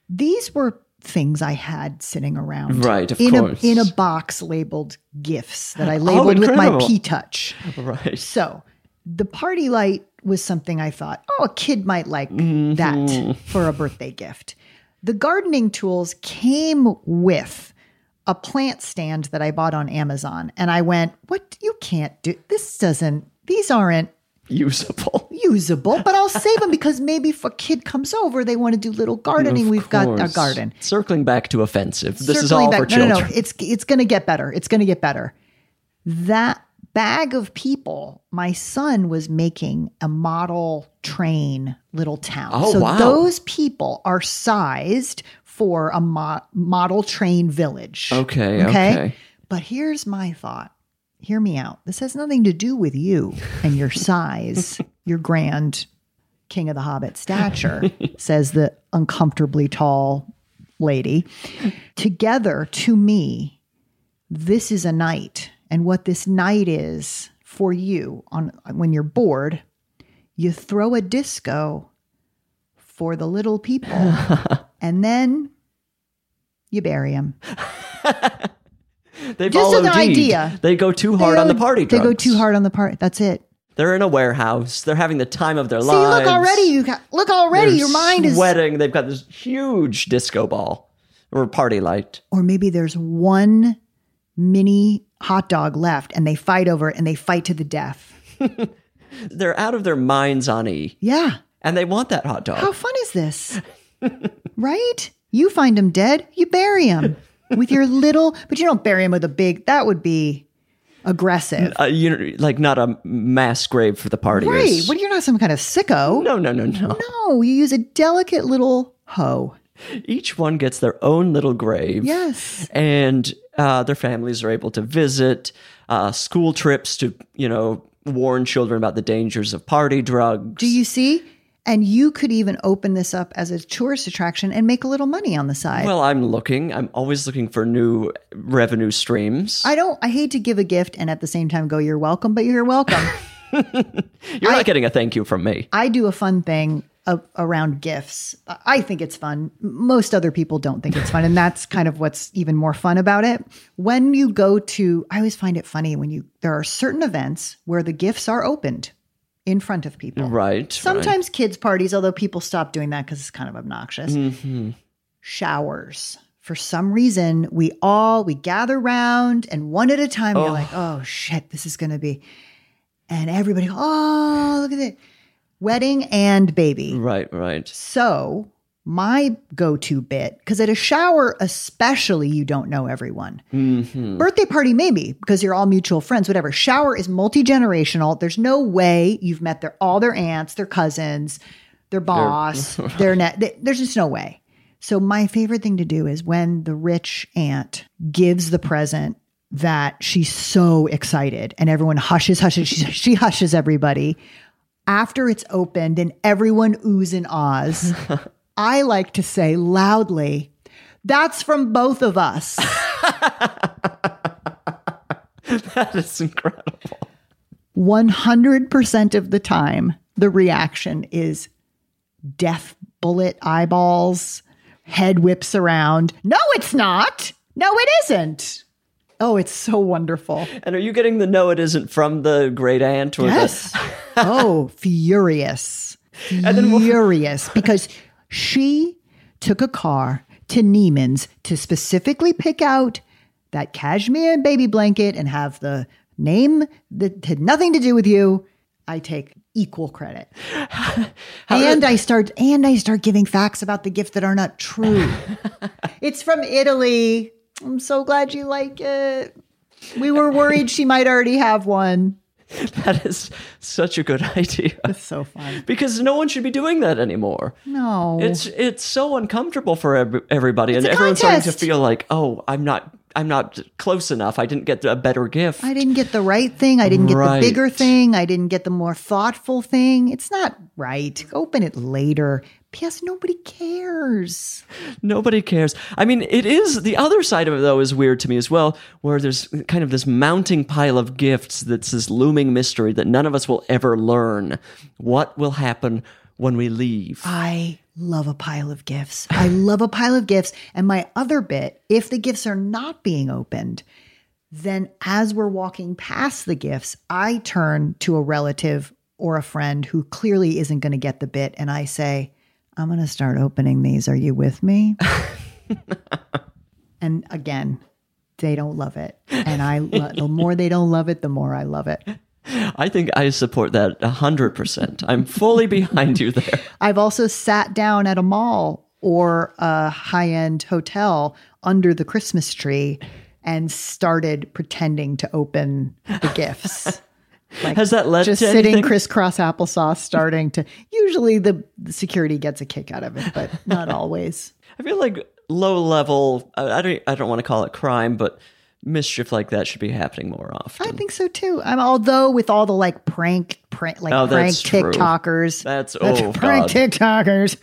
Speaker 3: these were things I had sitting around.
Speaker 2: Right, of
Speaker 3: in
Speaker 2: course.
Speaker 3: A, in a box labeled gifts that I labeled with my
Speaker 2: Oh, incredible.
Speaker 3: P touch.
Speaker 2: Right.
Speaker 3: So the party light was something I thought, oh, a kid might like
Speaker 2: Mm-hmm.
Speaker 3: that for a birthday gift. The gardening tools came with a plant stand that I bought on Amazon. And I went, what? You can't do this, doesn't, these aren't
Speaker 2: Usable.
Speaker 3: usable, but I'll save them because maybe if a kid comes over, they want to do little gardening.
Speaker 2: Of
Speaker 3: We've got a
Speaker 2: course.
Speaker 3: garden.
Speaker 2: Circling back to offensive. This is
Speaker 3: circling
Speaker 2: all
Speaker 3: back-
Speaker 2: for
Speaker 3: no,
Speaker 2: children.
Speaker 3: No, no, it's it's going to get better. It's going to get better. That bag of people, my son was making a model train little town.
Speaker 2: Oh,
Speaker 3: so
Speaker 2: wow.
Speaker 3: those people are sized for a mo- model train village.
Speaker 2: Okay, okay.
Speaker 3: But here's my thought. Hear me out. This has nothing to do with you and your size, your grand King of the Hobbit stature, says the uncomfortably tall lady. Together, to me, this is a night. And what this night is for you on when you're bored, you throw a disco for the little people and then you bury them.
Speaker 2: They've
Speaker 3: Just
Speaker 2: all
Speaker 3: an
Speaker 2: OD'd.
Speaker 3: idea.
Speaker 2: They go too hard on the party
Speaker 3: They
Speaker 2: drugs.
Speaker 3: go too hard on the party. That's it.
Speaker 2: They're in a warehouse. They're having the time of their
Speaker 3: See,
Speaker 2: lives.
Speaker 3: look already. You got, look already.
Speaker 2: They're
Speaker 3: your mind is
Speaker 2: sweating. They've got this huge disco ball or party light.
Speaker 3: or maybe there's one mini hot dog left and they fight over it and they fight to the death.
Speaker 2: They're out of their minds on E,
Speaker 3: Yeah.
Speaker 2: and they want that hot dog.
Speaker 3: How fun is this? right? You find them dead, you bury them with your little, but you don't bury them with a big, that would be aggressive.
Speaker 2: Uh, you know, like not a mass grave for the party.
Speaker 3: Right.
Speaker 2: is-
Speaker 3: Well, you're not some kind of sicko.
Speaker 2: no, no, no, no.
Speaker 3: No, you use a delicate little hoe.
Speaker 2: Each one gets their own little grave.
Speaker 3: Yes.
Speaker 2: and uh, their families are able to visit uh, school trips to you know warn children about the dangers of party drugs
Speaker 3: Do you see? And you could even open this up as a tourist attraction and make a little money on the side.
Speaker 2: well i'm looking i'm always looking for new revenue streams
Speaker 3: I don't. I hate to give a gift and at the same time go, "You're welcome," but you're welcome.
Speaker 2: you're not getting a thank you from me
Speaker 3: I do a fun thing a around gifts. I- I think it's fun. Most other people don't think it's fun, and that's kind of what's even more fun about it. When you go to, I always find it funny when you there are certain events where the gifts are opened in front of people.
Speaker 2: right right.
Speaker 3: Sometimes kids parties, although people stop doing that because it's kind of obnoxious.
Speaker 2: Mm-hmm.
Speaker 3: Showers. For some reason, we all we gather round and one at a time. You're like, oh shit, this is gonna be, and everybody, oh look at it, wedding and baby.
Speaker 2: right right
Speaker 3: So my go-to bit, because at a shower, especially, you don't know everyone.
Speaker 2: Mm-hmm.
Speaker 3: Birthday party, maybe because you're all mutual friends. Whatever. Shower is multi-generational. There's no way you've met their all their aunts, their cousins, their boss, their net. th- there's just no way. So my favorite thing to do is when the rich aunt gives the present that she's so excited and everyone hushes, hushes. She, she hushes everybody after it's opened and everyone oohs and ahs, I like to say loudly, that's from both of us.
Speaker 2: that is incredible
Speaker 3: 100% of the time, the reaction is death bullet eyeballs, head whips around. No, it's not. No, it isn't. Oh, it's so wonderful.
Speaker 2: and are you getting the no it isn't from the great aunt or the-
Speaker 3: Yes. oh, furious.
Speaker 2: then we'll-
Speaker 3: Furious because she took a car to Neiman's to specifically pick out that cashmere and baby blanket and have the name that had nothing to do with you. I take equal credit. and I start and I start giving facts about the gift that are not true. it's from Italy. I'm so glad you like it. We were worried she might already have one.
Speaker 2: that is such a good idea
Speaker 3: So fun.
Speaker 2: because no one should be doing that anymore
Speaker 3: No.
Speaker 2: It's it's so uncomfortable for every, everybody, and
Speaker 3: a
Speaker 2: everyone's starting to
Speaker 3: contest.
Speaker 2: feel like, oh, I'm not, I'm not close enough. I didn't get a better gift.
Speaker 3: I didn't get the right thing. I didn't get
Speaker 2: Right.
Speaker 3: the bigger thing. I didn't get the more thoughtful thing. It's not right. Open it later. P.S. Nobody cares.
Speaker 2: Nobody cares. I mean, it is the other side of it though is weird to me as well, where there's kind of this mounting pile of gifts that's this looming mystery that none of us will ever learn. What will happen when we leave?
Speaker 3: I love a pile of gifts. I love a pile of gifts. And my other bit if the gifts are not being opened, then as we're walking past the gifts, I turn to a relative or a friend who clearly isn't going to get the bit. And I say, I'm going to start opening these. Are you with me? and again, they don't love it. And I, lo- the more they don't love it, the more I love it.
Speaker 2: I think I support that hundred percent. I'm fully behind you there.
Speaker 3: I've also sat down at a mall or a high end hotel under the Christmas tree and started pretending to open the gifts. Like
Speaker 2: Has that led
Speaker 3: just
Speaker 2: to
Speaker 3: sitting
Speaker 2: anything?
Speaker 3: crisscross applesauce, starting to. Usually the, the security gets a kick out of it, but not always.
Speaker 2: I feel like low level. I, I don't. I don't want to call it crime, but mischief like that should be happening more often.
Speaker 3: I think so too. I'm although with all the like prank prank like
Speaker 2: Oh,
Speaker 3: prank
Speaker 2: that's true.
Speaker 3: TikTokers.
Speaker 2: That's-
Speaker 3: the
Speaker 2: oh,
Speaker 3: prank
Speaker 2: God.
Speaker 3: TikTokers.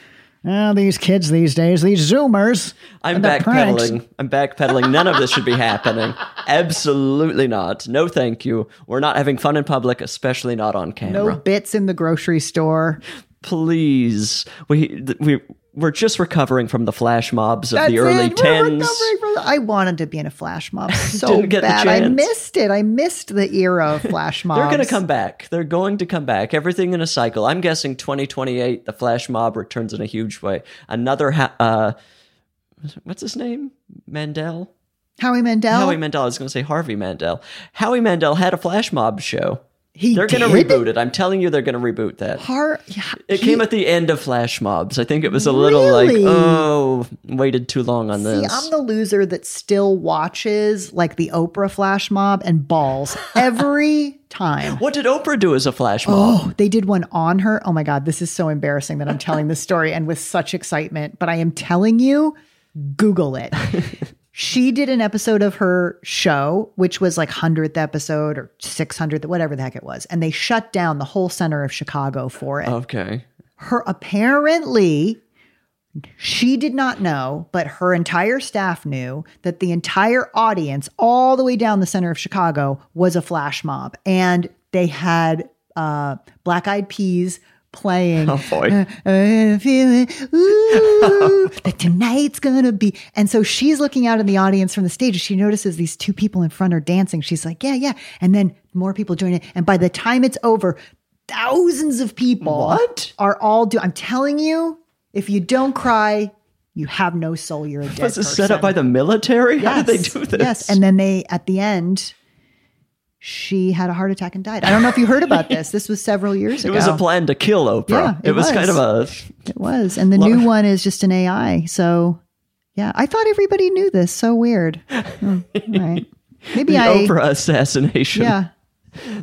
Speaker 3: Oh, these kids these days, these Zoomers.
Speaker 2: I'm
Speaker 3: and their pranks.
Speaker 2: backpedaling. I'm backpedaling. None of this should be happening. Absolutely not. No, thank you. We're not having fun in public, especially not on
Speaker 3: No
Speaker 2: camera.
Speaker 3: bits in the grocery store.
Speaker 2: Please, we th- we we're just recovering from the flash mobs of the early
Speaker 3: it. We're
Speaker 2: tens.
Speaker 3: recovering from the- I wanted to be in a flash mob so
Speaker 2: Didn't get the
Speaker 3: bad. I
Speaker 2: chance.
Speaker 3: missed it. I missed the era of flash mobs.
Speaker 2: They're going to come back. They're going to come back. Everything in a cycle. I'm guessing 2028, the flash mob returns in a huge way. Another, ha- uh, what's his name? Mandel?
Speaker 3: Howie Mandel.
Speaker 2: Howie Mandel. I was going to say Harvey Mandel. Howie Mandel had a flash mob show.
Speaker 3: he
Speaker 2: They're going to
Speaker 3: did?
Speaker 2: reboot it. I'm telling you, they're going to reboot that.
Speaker 3: Har- yeah,
Speaker 2: It
Speaker 3: he-
Speaker 2: came at the end of flash mobs. I think it was a little
Speaker 3: Really?
Speaker 2: like, oh, waited too long on
Speaker 3: See,
Speaker 2: this.
Speaker 3: I'm the loser that still watches like the Oprah flash mob and balls every time.
Speaker 2: what did Oprah do as a flash mob?
Speaker 3: Oh, they did one on her. Oh my God, this is so embarrassing that I'm telling this story and with such excitement, but I am telling you, Google it. she did an episode of her show, which was like 100th episode or 600th, whatever the heck it was. And they shut down the whole center of Chicago for it.
Speaker 2: Okay.
Speaker 3: Her apparently. She did not know, but her entire staff knew that the entire audience, all the way down the center of Chicago, was a flash mob. And they had uh, Black Eyed Peas playing.
Speaker 2: Oh,
Speaker 3: Uh,
Speaker 2: boy.
Speaker 3: I feel it. Ooh, that tonight's gonna be. And so she's looking out in the audience from the stage. and She notices these two people in front are dancing. She's like, yeah, yeah. And then more people join in. And by the time it's over, thousands of people
Speaker 2: What?
Speaker 3: are all do. I'm telling you, if you don't cry, you have no soul. You're a dead
Speaker 2: Was
Speaker 3: person.
Speaker 2: this set up by the military? How did they do this?
Speaker 3: Yes. And then they, at the end, she had a heart attack and died. I don't know if you heard about this. This was several years
Speaker 2: It
Speaker 3: ago.
Speaker 2: was a plan to kill Oprah.
Speaker 3: Yeah,
Speaker 2: it,
Speaker 3: it
Speaker 2: was, kind
Speaker 3: was.
Speaker 2: of a.
Speaker 3: It was. And the new one is just an AI. So, yeah, I thought everybody knew this. So weird. Hmm, all right. Maybe
Speaker 2: The
Speaker 3: I.
Speaker 2: Oprah assassination.
Speaker 3: Yeah.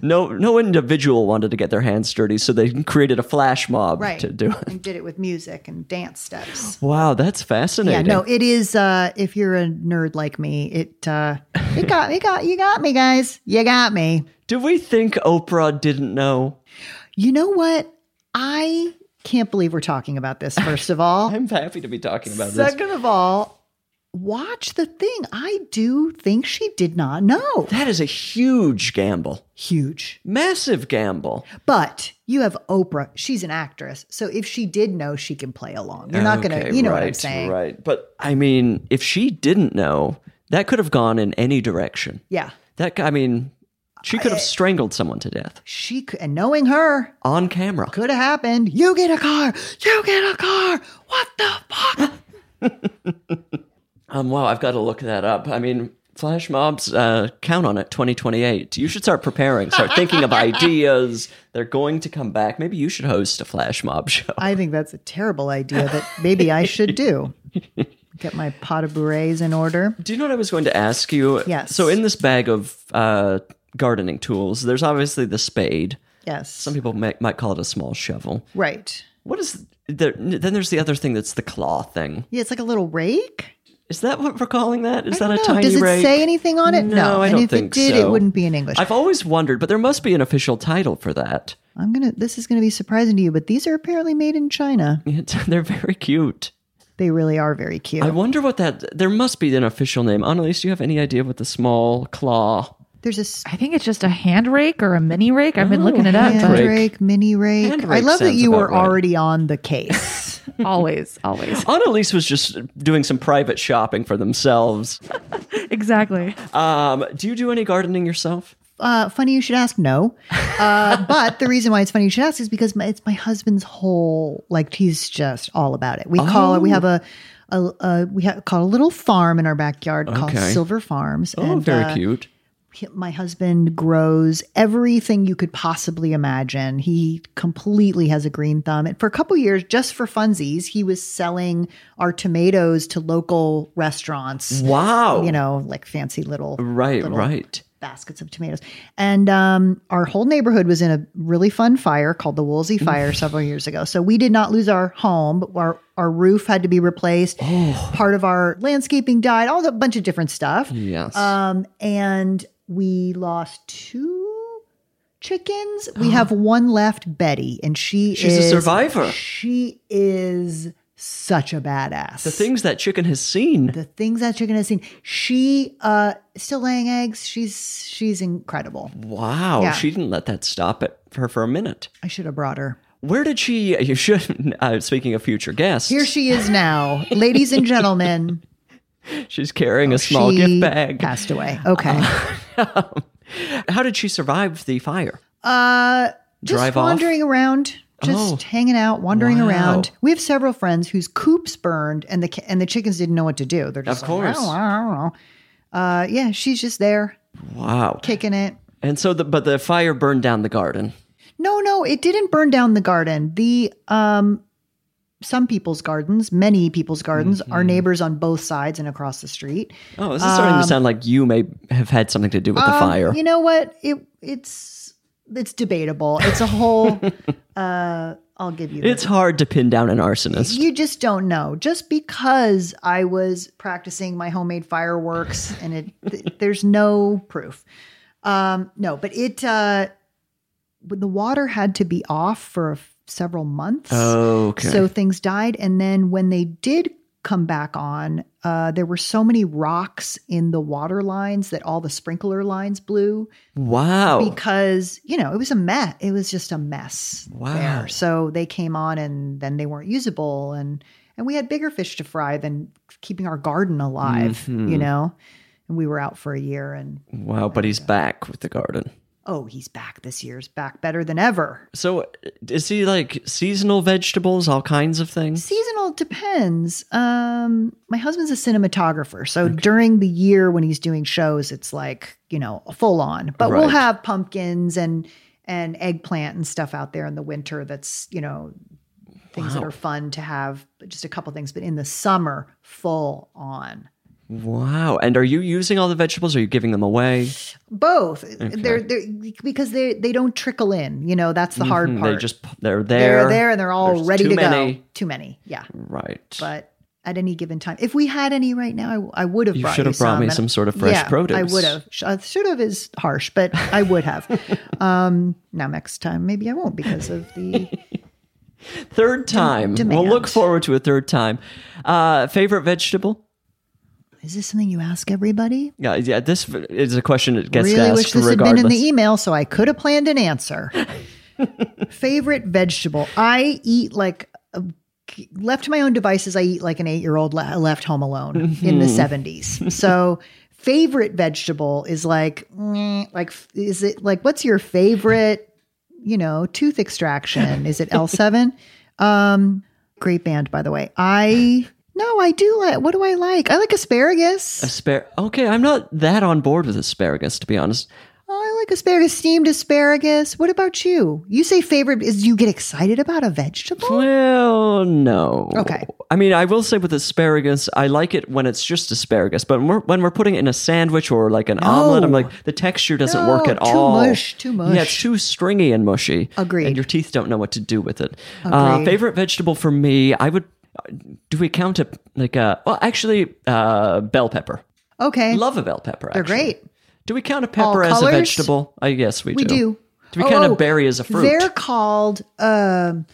Speaker 2: No, no individual wanted to get their hands dirty, so they created a flash mob
Speaker 3: Right.
Speaker 2: to do it.
Speaker 3: And did it with music and dance steps.
Speaker 2: Wow, that's
Speaker 3: Yeah,
Speaker 2: fascinating.
Speaker 3: no, it is. Uh, if you're a nerd like me, it uh, it got it got you got me, guys. You got me.
Speaker 2: Do we think Oprah didn't know?
Speaker 3: You know what? I can't believe we're talking about this. First of all,
Speaker 2: I'm happy to be talking about this.
Speaker 3: second of all, watch the thing. I do think she did not know.
Speaker 2: That is a huge gamble,
Speaker 3: Huge.
Speaker 2: massive gamble.
Speaker 3: But you have Oprah. She's an actress. So if she did know, she can play along. You're not going
Speaker 2: Okay,
Speaker 3: to, you know
Speaker 2: right,
Speaker 3: what I'm saying?
Speaker 2: Right, but I mean, if she didn't know, that could have gone in any direction.
Speaker 3: Yeah.
Speaker 2: That I mean, she could have strangled someone to death
Speaker 3: She could, and knowing her
Speaker 2: on camera.
Speaker 3: could have happened. You get a car. You get a car. What the fuck?
Speaker 2: Um, wow, I've got to look that up. I mean, flash mobs, uh, count on it, 2028. You should start preparing, start thinking of ideas. They're going to come back. Maybe you should host a flash mob show.
Speaker 3: I think that's a terrible idea that maybe I should do. Get my pot of bourrées in order.
Speaker 2: Do you know what I was going to ask you?
Speaker 3: Yes.
Speaker 2: So, in this bag of uh, gardening tools, there's obviously the spade.
Speaker 3: Yes.
Speaker 2: Some people might, might call it a small shovel.
Speaker 3: right.
Speaker 2: What is there? Then there's the other thing that's the claw thing.
Speaker 3: Yeah, it's like a little rake.
Speaker 2: Is that what we're calling that? Is that
Speaker 3: No,
Speaker 2: a tiny
Speaker 3: Does it
Speaker 2: rake?
Speaker 3: say anything on it? No.
Speaker 2: I
Speaker 3: and
Speaker 2: don't
Speaker 3: if
Speaker 2: think
Speaker 3: it did,
Speaker 2: so.
Speaker 3: it wouldn't be in English.
Speaker 2: I've always wondered, but there must be an official title for that.
Speaker 3: I'm gonna. This is gonna be surprising to you, but these are apparently made in China.
Speaker 2: It's- they're very cute.
Speaker 3: They really are very cute.
Speaker 2: I wonder what that. There must be an official name. Annalise, do you have any idea what the small claw
Speaker 3: There's a s-
Speaker 4: I think it's just a hand rake or a mini rake. I've been looking it up.
Speaker 3: hand
Speaker 2: rake.
Speaker 4: but
Speaker 3: rake, mini rake.
Speaker 2: Hand
Speaker 3: I
Speaker 2: rake
Speaker 3: love that
Speaker 2: sounds
Speaker 3: you
Speaker 2: about
Speaker 3: were
Speaker 2: right.
Speaker 3: already on the case.
Speaker 4: Always, always.
Speaker 2: Annalise was just doing some private shopping for themselves.
Speaker 4: Exactly.
Speaker 2: Um, do you do any gardening yourself?
Speaker 3: uh, funny you should ask. No, uh, but the reason why it's funny you should ask is because my, it's my husband's whole. Like he's just all about it. We call it. We
Speaker 2: Oh.
Speaker 3: have a. A, a, we have called a little farm in our backyard called
Speaker 2: Okay.
Speaker 3: Silver Farms.
Speaker 2: Oh, very
Speaker 3: uh,
Speaker 2: cute.
Speaker 3: he- my husband grows everything you could possibly imagine. He completely has a green thumb. And for a couple years, just for funsies, he was selling our tomatoes to local restaurants.
Speaker 2: Wow.
Speaker 3: You know, like fancy little
Speaker 2: right,
Speaker 3: little
Speaker 2: right.
Speaker 3: baskets of tomatoes. And um, our whole neighborhood was in a really fun fire called the Woolsey Fire several years ago. So we did not lose our home, but our, our roof had to be replaced.
Speaker 2: Oh.
Speaker 3: Part of our landscaping died, all a bunch of different stuff.
Speaker 2: Yes.
Speaker 3: Um, and we lost two chickens. We have one left, Betty, and she
Speaker 2: She's a
Speaker 3: is
Speaker 2: survivor.
Speaker 3: She is such a badass.
Speaker 2: the things that chicken has seen.
Speaker 3: the things that chicken has seen. She uh still laying eggs. She's she's incredible.
Speaker 2: wow.
Speaker 3: Yeah.
Speaker 2: She didn't let that stop it for her for a minute.
Speaker 3: I should have brought her.
Speaker 2: Where did she? You should. Uh, speaking of future guests,
Speaker 3: Here she is now, ladies and gentlemen.
Speaker 2: she's carrying a small
Speaker 3: Oh, she
Speaker 2: gift bag. Uh-huh.
Speaker 3: Passed away. Okay.
Speaker 2: How did she survive the fire?
Speaker 3: Uh, just
Speaker 2: Drive off?
Speaker 3: wandering around, just
Speaker 2: Oh.
Speaker 3: hanging out, wandering
Speaker 2: Wow.
Speaker 3: around. We have several friends whose coops burned, and the ki- and the chickens didn't know what to do. They're just
Speaker 2: Of
Speaker 3: like,
Speaker 2: course.
Speaker 3: "Wow, wow, wow." Uh, yeah, she's just there
Speaker 2: Wow.
Speaker 3: kicking it.
Speaker 2: And so, the, but the fire burned down the garden.
Speaker 3: No, no, it didn't burn down the garden. The um, some people's gardens, many people's gardens,
Speaker 2: Mm-hmm.
Speaker 3: our neighbors on both sides and across the street.
Speaker 2: Oh, this is starting to sound like you may have had something to do with the
Speaker 3: Um,
Speaker 2: fire.
Speaker 3: You know what? It it's it's debatable. It's a whole. uh, I'll give you.
Speaker 2: It's hard to pin down an arsonist.
Speaker 3: You just don't know. Just because I was practicing my homemade fireworks and it th- there's no proof. Um no, but it uh the water had to be off for several months.
Speaker 2: Okay.
Speaker 3: So things died and then when they did come back on, uh there were so many rocks in the water lines that all the sprinkler lines blew
Speaker 2: wow.
Speaker 3: because you know it was a mess. It was just a mess.
Speaker 2: Wow.
Speaker 3: There. So they came on, and then they weren't usable, and and we had bigger fish to fry than keeping our garden alive. You know, and we were out for a year, and
Speaker 2: wow, but he's back with the garden.
Speaker 3: oh, he's back this year's back better than ever.
Speaker 2: So, is he like seasonal vegetables, all kinds of things?
Speaker 3: Seasonal depends. Um, my husband's a cinematographer, so during the year when he's doing shows, it's like you know full on. But we'll
Speaker 2: Right.
Speaker 3: have pumpkins and and eggplant and stuff out there in the winter. That's you know things that
Speaker 2: Wow.
Speaker 3: are fun to have, but just a couple things. But in the summer, full on
Speaker 2: Wow. And are you using all the vegetables? Are you giving them away?
Speaker 3: both. They're, they're because they they don't trickle in. You know that's the hard
Speaker 2: Mm,
Speaker 3: part.
Speaker 2: They just they're there.
Speaker 3: they're there and they're all
Speaker 2: There's
Speaker 3: ready
Speaker 2: too
Speaker 3: to go.
Speaker 2: many.
Speaker 3: Too many, yeah.
Speaker 2: Right.
Speaker 3: but at any given time, if we had any right now, I w- I, would have.
Speaker 2: You
Speaker 3: brought
Speaker 2: should have brought me
Speaker 3: and-
Speaker 2: some sort of fresh
Speaker 3: yeah,
Speaker 2: produce.
Speaker 3: I would have. Sh- uh, Should have is harsh, but I would have. um, now next time, maybe I won't because of the.
Speaker 2: third time. We'll
Speaker 3: demand.
Speaker 2: look forward to a third time. Uh, favorite vegetable?
Speaker 3: is this something you ask everybody?
Speaker 2: Yeah, yeah. This is a question that gets
Speaker 3: Really
Speaker 2: asked
Speaker 3: wish this had
Speaker 2: regardless.
Speaker 3: been in the email, so I could have planned an answer. Favorite vegetable? I eat like. a- Left to my own devices, I eat like an eight year old le- left home alone
Speaker 2: Mm-hmm.
Speaker 3: in the 70s. So, favorite vegetable is like, meh, like, f- is it like, what's your favorite, you know, tooth extraction? Is it L7? um, great band, by the way. I, no, I do like, what do I like? I like asparagus.
Speaker 2: Aspar- okay, I'm not that on board with asparagus, to be honest.
Speaker 3: Oh, I like asparagus, steamed asparagus. What about you? You say favorite is you get excited about a vegetable?
Speaker 2: Well, no.
Speaker 3: Okay.
Speaker 2: I mean, I will say with asparagus, I like it when it's just asparagus, but when we're, when we're putting it in a sandwich or like an omelet, I'm like, the texture doesn't work
Speaker 3: No,
Speaker 2: at
Speaker 3: too
Speaker 2: all.
Speaker 3: mush, too
Speaker 2: Yeah, it's
Speaker 3: mush.
Speaker 2: too stringy and mushy.
Speaker 3: Agreed.
Speaker 2: And your teeth don't know what to do with it. Uh,
Speaker 3: Agreed.
Speaker 2: favorite vegetable for me, I would. Do we count it like a? Well, actually, uh, bell pepper.
Speaker 3: Okay.
Speaker 2: Love a bell pepper.
Speaker 3: They're
Speaker 2: actually.
Speaker 3: great.
Speaker 2: Do we count a pepper as a
Speaker 3: colors?
Speaker 2: vegetable? I guess we do.
Speaker 3: We do.
Speaker 2: Do we
Speaker 3: Oh,
Speaker 2: count
Speaker 3: oh,
Speaker 2: a berry as a fruit?
Speaker 3: They're called um,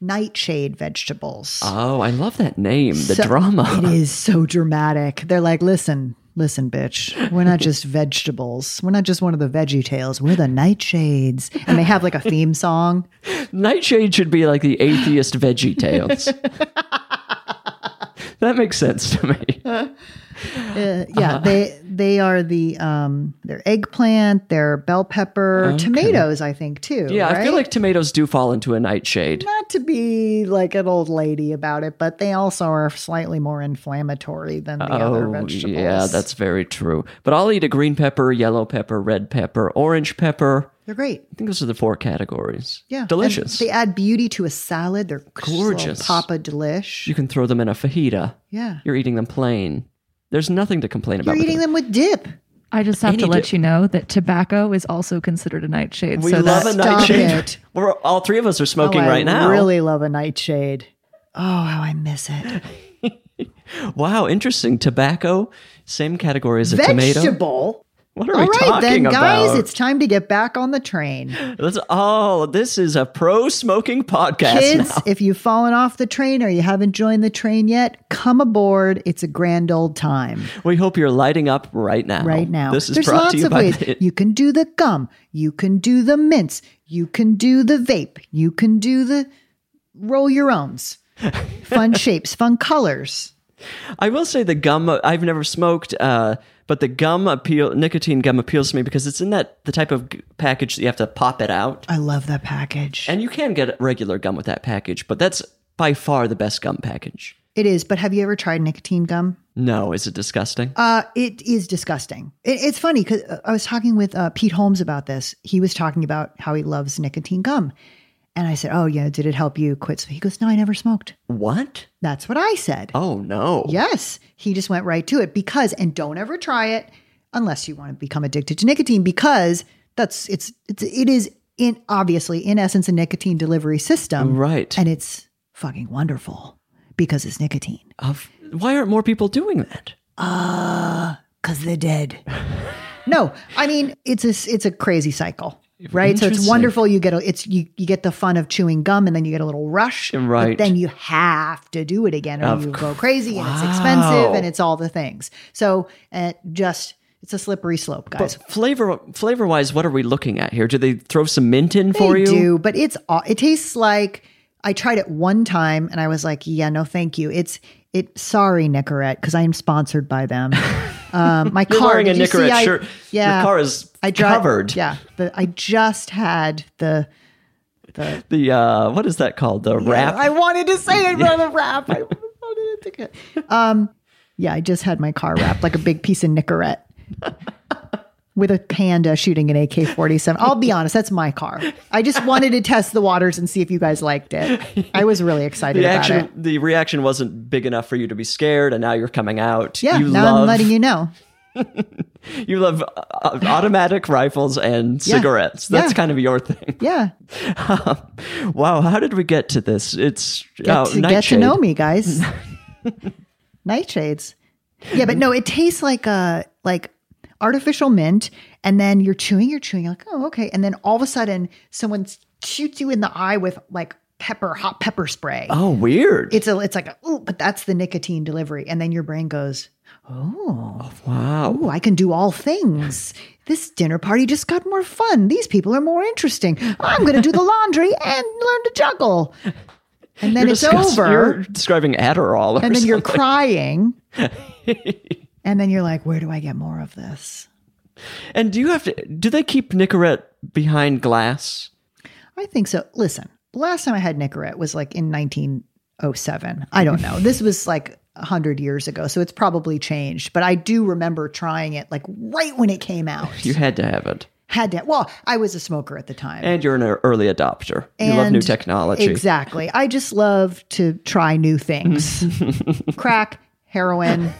Speaker 3: nightshade vegetables.
Speaker 2: Oh, I love that name. The
Speaker 3: So-
Speaker 2: drama.
Speaker 3: It is so dramatic. They're like, listen, listen, bitch. We're not just vegetables. We're not just one of the veggie tales. We're the nightshades. And they have like a theme song.
Speaker 2: Nightshade should be like the atheist veggie tales. that makes sense to me. Uh-huh.
Speaker 3: Uh, yeah, they They are the um, they're eggplant, they're bell pepper, tomatoes. I think too.
Speaker 2: Yeah, I
Speaker 3: right?
Speaker 2: feel like tomatoes do fall into a nightshade.
Speaker 3: not to be like an old lady about it, but they also are slightly more inflammatory than the other
Speaker 2: Oh,
Speaker 3: vegetables.
Speaker 2: yeah, that's very true. But I'll eat a green pepper, yellow pepper, red pepper, orange pepper.
Speaker 3: they're great.
Speaker 2: I think those are the four categories.
Speaker 3: Yeah, And
Speaker 2: Delicious.
Speaker 3: they add beauty to a salad. They're
Speaker 2: Gorgeous.
Speaker 3: gorgeous. Papa delish.
Speaker 2: you can throw them in a fajita.
Speaker 3: yeah,
Speaker 2: You're eating them plain. There's nothing to complain about.
Speaker 3: you're
Speaker 2: with
Speaker 3: eating them with dip.
Speaker 4: I just have to
Speaker 2: Any
Speaker 4: let
Speaker 2: di-
Speaker 4: you know that tobacco is also considered a nightshade.
Speaker 2: We
Speaker 4: so
Speaker 2: love
Speaker 4: that,
Speaker 2: a
Speaker 3: Stop
Speaker 2: nightshade.
Speaker 3: it.
Speaker 2: We're, all three of us are
Speaker 3: Oh,
Speaker 2: smoking
Speaker 3: I
Speaker 2: right now.
Speaker 3: Really love a nightshade. Oh, how I miss it.
Speaker 2: Wow, interesting. Tobacco, same category as a tomato.
Speaker 3: Vegetable.
Speaker 2: What are
Speaker 3: All
Speaker 2: we
Speaker 3: right,
Speaker 2: talking
Speaker 3: then, guys,
Speaker 2: about?
Speaker 3: it's time to get back on the train.
Speaker 2: Let's, oh, this is a pro smoking podcast.
Speaker 3: Kids,
Speaker 2: now.
Speaker 3: if you've fallen off the train or you haven't joined the train yet, come aboard. It's a grand old time
Speaker 2: We hope you're lighting up right now.
Speaker 3: right now.
Speaker 2: This is
Speaker 3: There's
Speaker 2: brought
Speaker 3: lots
Speaker 2: to you
Speaker 3: of
Speaker 2: by
Speaker 3: ways.
Speaker 2: the-
Speaker 3: You can do the gum, you can do the mints, you can do the vape, you can do the roll your owns. fun shapes, fun colors.
Speaker 2: I will say the gum. uh, I've never smoked, uh, but the gum appeal, nicotine gum appeals to me because it's in that the type of g- package that you have to pop it out,
Speaker 3: I love that package.
Speaker 2: and you can get regular gum with that package, but that's by far the best gum package.
Speaker 3: It is, but have you ever tried nicotine gum?
Speaker 2: No, is it disgusting?
Speaker 3: Uh, it is disgusting. It, it's funny because I was talking with uh, Pete Holmes about this. He was talking about how he loves nicotine gum. And I said, Oh, yeah, did it help you quit? So he goes, No, I never smoked.
Speaker 2: what?
Speaker 3: That's what I said.
Speaker 2: Oh no.
Speaker 3: Yes. He just went right to it because, and don't ever try it unless you want to become addicted to nicotine because that's, it's, it's it is in obviously, in essence, a nicotine delivery system.
Speaker 2: Right.
Speaker 3: And it's fucking wonderful because it's nicotine.
Speaker 2: Of- why aren't more people doing that?
Speaker 3: because they're dead. no, I mean it's a it's a crazy cycle, right? So it's
Speaker 2: Interesting.
Speaker 3: wonderful. You get a, it's you you get the fun of chewing gum, and then you get a little rush, but
Speaker 2: Right.
Speaker 3: then you have to do it again, or
Speaker 2: Of
Speaker 3: you
Speaker 2: cou-
Speaker 3: go crazy, and it's
Speaker 2: Wow.
Speaker 3: expensive, and it's all the things. So uh, just it's a slippery slope, guys.
Speaker 2: Flavor flavor wise, what are we looking at here? Do they throw some mint in for
Speaker 3: they
Speaker 2: you?
Speaker 3: do, but it's aw- it tastes like I tried it one time, and I was like, yeah, no, thank you. It's it. Sorry, Nicorette, because I am sponsored by them. Um, my
Speaker 2: You're
Speaker 3: car.
Speaker 2: wearing a
Speaker 3: did you see
Speaker 2: Nicorette
Speaker 3: I-
Speaker 2: shirt.
Speaker 3: Yeah,
Speaker 2: Your car is
Speaker 3: I dri-
Speaker 2: covered.
Speaker 3: Yeah, the, I just had the.
Speaker 2: The uh, what is that called? The wrap.
Speaker 3: I wanted to say it, but a wrap. I wanted to get. Um, yeah, I just had my car wrapped like a big piece of Nicorette. With a panda shooting an AK 47. I'll be honest, that's my car. I just wanted to test the waters and see if you guys liked it. I was really excited
Speaker 2: the
Speaker 3: about
Speaker 2: action,
Speaker 3: it.
Speaker 2: the reaction wasn't big enough for you to be scared, and now you're coming out.
Speaker 3: Yeah,
Speaker 2: you
Speaker 3: now
Speaker 2: love,
Speaker 3: I'm letting you know.
Speaker 2: You love uh, automatic rifles and
Speaker 3: Yeah.
Speaker 2: cigarettes. That's
Speaker 3: Yeah.
Speaker 2: kind of your thing.
Speaker 3: Yeah.
Speaker 2: wow, how did we get to this? It's
Speaker 3: Get,
Speaker 2: oh,
Speaker 3: to, get to
Speaker 2: nightshade.
Speaker 3: know me, guys. Nightshades. Yeah, but no, it tastes like a like artificial mint, and then you're chewing, you're chewing, you're like, oh, okay. And then all of a sudden someone shoots you in the eye with like pepper, hot pepper spray.
Speaker 2: Oh, weird.
Speaker 3: It's a it's like oh, but that's the nicotine delivery. And then your brain goes, Oh,
Speaker 2: wow.
Speaker 3: ooh, I can do all things. This dinner party just got more fun. These people are more interesting. I'm gonna do the laundry and learn to juggle. And then
Speaker 2: You're
Speaker 3: it's
Speaker 2: discuss-
Speaker 3: over
Speaker 2: You're describing Adderall, or
Speaker 3: and then
Speaker 2: something.
Speaker 3: you're crying and then you're like where do i get more of this
Speaker 2: And do you have to? Do they keep Nicorette behind glass?
Speaker 3: i think so listen the last time i had nicorette was like in 1907 i don't know this was like 100 years ago so it's probably changed but i do remember trying it like right when it came out
Speaker 2: You had to have it.
Speaker 3: had to well i was a smoker at the time
Speaker 2: And you're an early adopter. you love new
Speaker 3: And-
Speaker 2: technology.
Speaker 3: Exactly. I just love to try new things. Crack, heroin,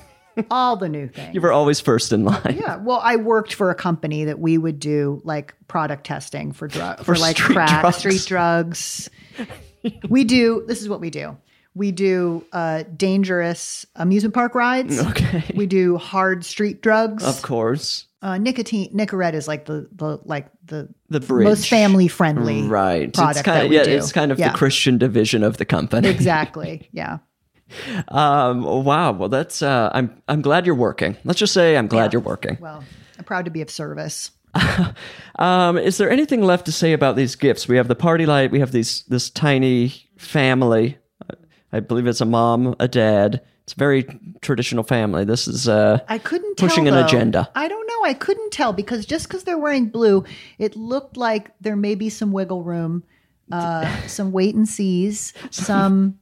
Speaker 3: all the new things.
Speaker 2: You were always first in line.
Speaker 3: Yeah, well, I worked for a company that we would do like product testing for drug for, like
Speaker 2: street
Speaker 3: crack,
Speaker 2: drugs.
Speaker 3: street drugs. we do. This is what we do. We do uh, dangerous amusement park rides.
Speaker 2: Okay.
Speaker 3: We do hard street drugs.
Speaker 2: Of course.
Speaker 3: Uh, nicotine, Nicorette is like the the like the,
Speaker 2: The bridge.
Speaker 3: most family friendly
Speaker 2: right
Speaker 3: product
Speaker 2: it's kind
Speaker 3: that
Speaker 2: of
Speaker 3: we
Speaker 2: yeah
Speaker 3: do.
Speaker 2: it's kind of
Speaker 3: Yeah.
Speaker 2: the christian division of the company
Speaker 3: exactly. Yeah.
Speaker 2: um wow well that's uh i'm i'm glad you're working let's just say i'm glad you're working
Speaker 3: Well, I'm proud to be of service.
Speaker 2: um is there anything left to say about these gifts we have the party light we have these this tiny family I believe it's a mom, a dad. It's a very traditional family. This is uh,
Speaker 3: I couldn't tell,
Speaker 2: pushing an
Speaker 3: though.
Speaker 2: agenda.
Speaker 3: I don't know. I couldn't tell because just because they're wearing blue, it looked like there may be some wiggle room, uh, some wait and sees, some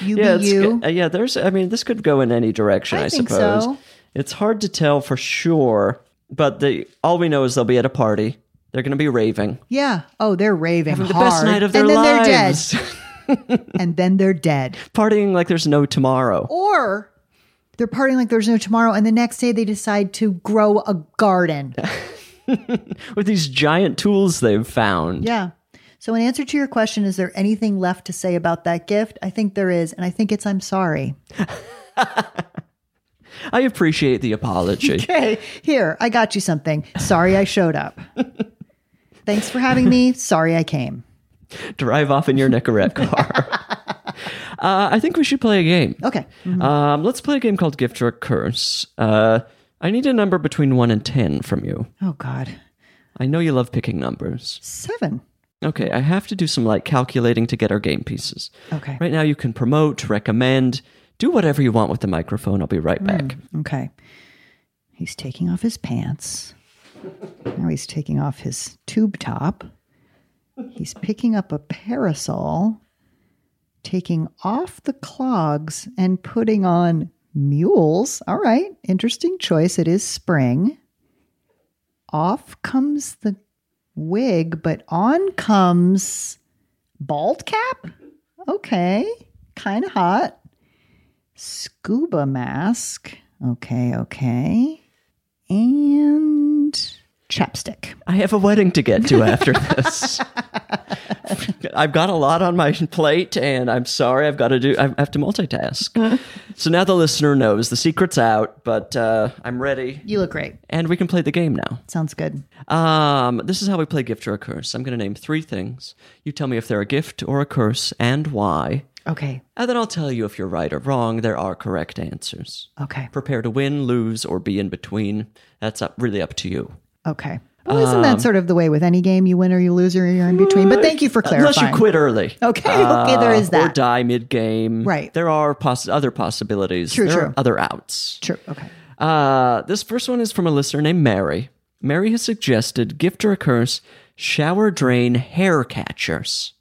Speaker 3: you
Speaker 2: yeah,
Speaker 3: be
Speaker 2: it's,
Speaker 3: you.
Speaker 2: uh, yeah. There's. I mean, this could go in any direction.
Speaker 3: I
Speaker 2: I,
Speaker 3: think
Speaker 2: suppose
Speaker 3: so.
Speaker 2: it's hard to tell for sure, but the all we know is they'll be at a party. They're going to be raving.
Speaker 3: Yeah. Oh, they're raving
Speaker 2: Having the
Speaker 3: hard.
Speaker 2: best night of their
Speaker 3: and then
Speaker 2: lives.
Speaker 3: they're dead. and then they're dead.
Speaker 2: Partying like there's no tomorrow.
Speaker 3: Or they're partying like there's no tomorrow, and the next day they decide to grow a garden.
Speaker 2: with these giant tools they've found.
Speaker 3: Yeah. So, in answer to your question, is there anything left to say about that gift? I think there is. And I think it's I'm sorry.
Speaker 2: I appreciate the apology.
Speaker 3: Okay. Here, I got you something. Sorry I showed up. Thanks for having me. Sorry I came.
Speaker 2: Drive off in your Nicorette car. uh, I think we should play a game.
Speaker 3: Okay.
Speaker 2: Um, let's play a game called Gift or Curse. Uh, I need a number between 1 and 10 from you.
Speaker 3: Oh, God.
Speaker 2: I know you love picking numbers.
Speaker 3: Seven.
Speaker 2: Okay, I have to do some like calculating to get our game pieces.
Speaker 3: Okay.
Speaker 2: Right now you can promote, recommend, do whatever you want with the microphone. I'll be right back.
Speaker 3: Okay. He's taking off his pants. Now he's taking off his tube top. He's picking up a parasol, taking off the clogs and putting on mules. All right. Interesting choice. It is spring. Off comes the wig, but on comes bald cap. Okay. Kind of hot scuba mask. Okay, okay. And chapstick.
Speaker 2: I have a wedding to get to after this. I've got a lot on my plate, and I'm sorry. I've got to do. I have to multitask. so now the listener knows the secret's out, but uh, I'm ready,
Speaker 3: You look great.
Speaker 2: and we can play the game now.
Speaker 3: Sounds good.
Speaker 2: Um, this is how we play gift or a curse. I'm going to name three things. You tell me if they're a gift or a curse and why,
Speaker 3: Okay,
Speaker 2: and then I'll tell you if you're right or wrong. There are correct answers.
Speaker 3: okay,
Speaker 2: Prepare to win, lose, or be in between. That's up, really up to you.
Speaker 3: okay. Well, isn't that sort of the way with any game? You win or you lose or you're in between. But thank you for
Speaker 2: Unless
Speaker 3: clarifying.
Speaker 2: you quit early. Uh,
Speaker 3: Okay, okay, there is
Speaker 2: or
Speaker 3: that.
Speaker 2: die mid game.
Speaker 3: Right.
Speaker 2: There are poss- other possibilities.
Speaker 3: True,
Speaker 2: there
Speaker 3: true.
Speaker 2: Are other outs.
Speaker 3: True. Okay.
Speaker 2: Uh, this first one is from a listener named Mary. Mary has suggested gift or a curse shower drain hair catchers.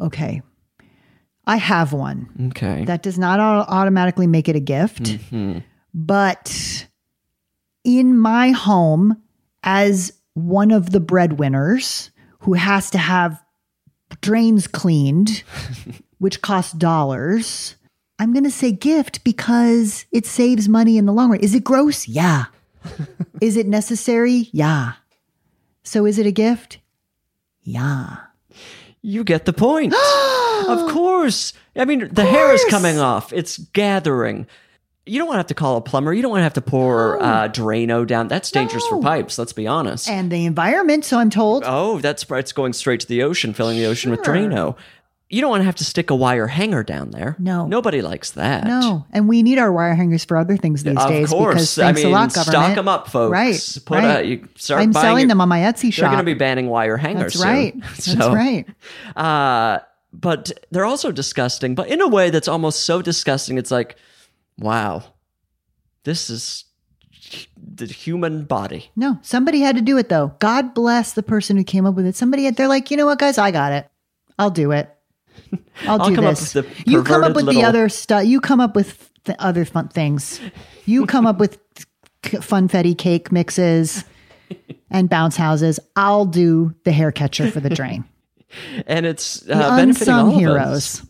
Speaker 3: Okay. I have one.
Speaker 2: Okay.
Speaker 3: That does not au- automatically make it a gift. But in my home, as one of the breadwinners who has to have drains cleaned, which costs dollars, I'm going to say gift because it saves money in the long run. Is it gross? Yeah. is it necessary? Yeah. So is it a gift? Yeah.
Speaker 2: you get the point. of course. I mean, the hair is coming off, it's gathering. You don't want to have to call a plumber. You don't want to have to pour uh, Drano down. That's dangerous for pipes, let's be honest.
Speaker 3: And the environment, so I'm told.
Speaker 2: Oh, that's it's going straight to the ocean, filling the ocean with Drano. You don't want to have to stick a wire hanger down there.
Speaker 3: No.
Speaker 2: nobody likes that.
Speaker 3: No, and we need our wire hangers for other things these
Speaker 2: of
Speaker 3: days because
Speaker 2: course. I
Speaker 3: thanks
Speaker 2: mean,
Speaker 3: a lot, government.
Speaker 2: stock them up, folks.
Speaker 3: Right,
Speaker 2: Put
Speaker 3: right.
Speaker 2: A, you start
Speaker 3: I'm
Speaker 2: buying
Speaker 3: selling
Speaker 2: your-
Speaker 3: them on my Etsy
Speaker 2: They're
Speaker 3: shop.
Speaker 2: going to be banning wire hangers.
Speaker 3: That's right.
Speaker 2: soon.
Speaker 3: That's
Speaker 2: So,
Speaker 3: right.
Speaker 2: Uh, but they're also disgusting, but in a way that's almost so disgusting. It's like, wow, this is the human body.
Speaker 3: No, somebody had to do it though. God bless the person who came up with it. Somebody had. They're like, you know what, guys, I got it. I'll do it. I'll,
Speaker 2: I'll
Speaker 3: do
Speaker 2: come up
Speaker 3: this.
Speaker 2: with the
Speaker 3: you come up
Speaker 2: perverted
Speaker 3: with
Speaker 2: little-
Speaker 3: the other stuff. You come up with the other fun things. You come up with c- funfetti cake mixes and bounce houses. I'll do the hair catcher for the drain.
Speaker 2: And it's uh,
Speaker 3: The
Speaker 2: benefiting all
Speaker 3: unsung
Speaker 2: of us.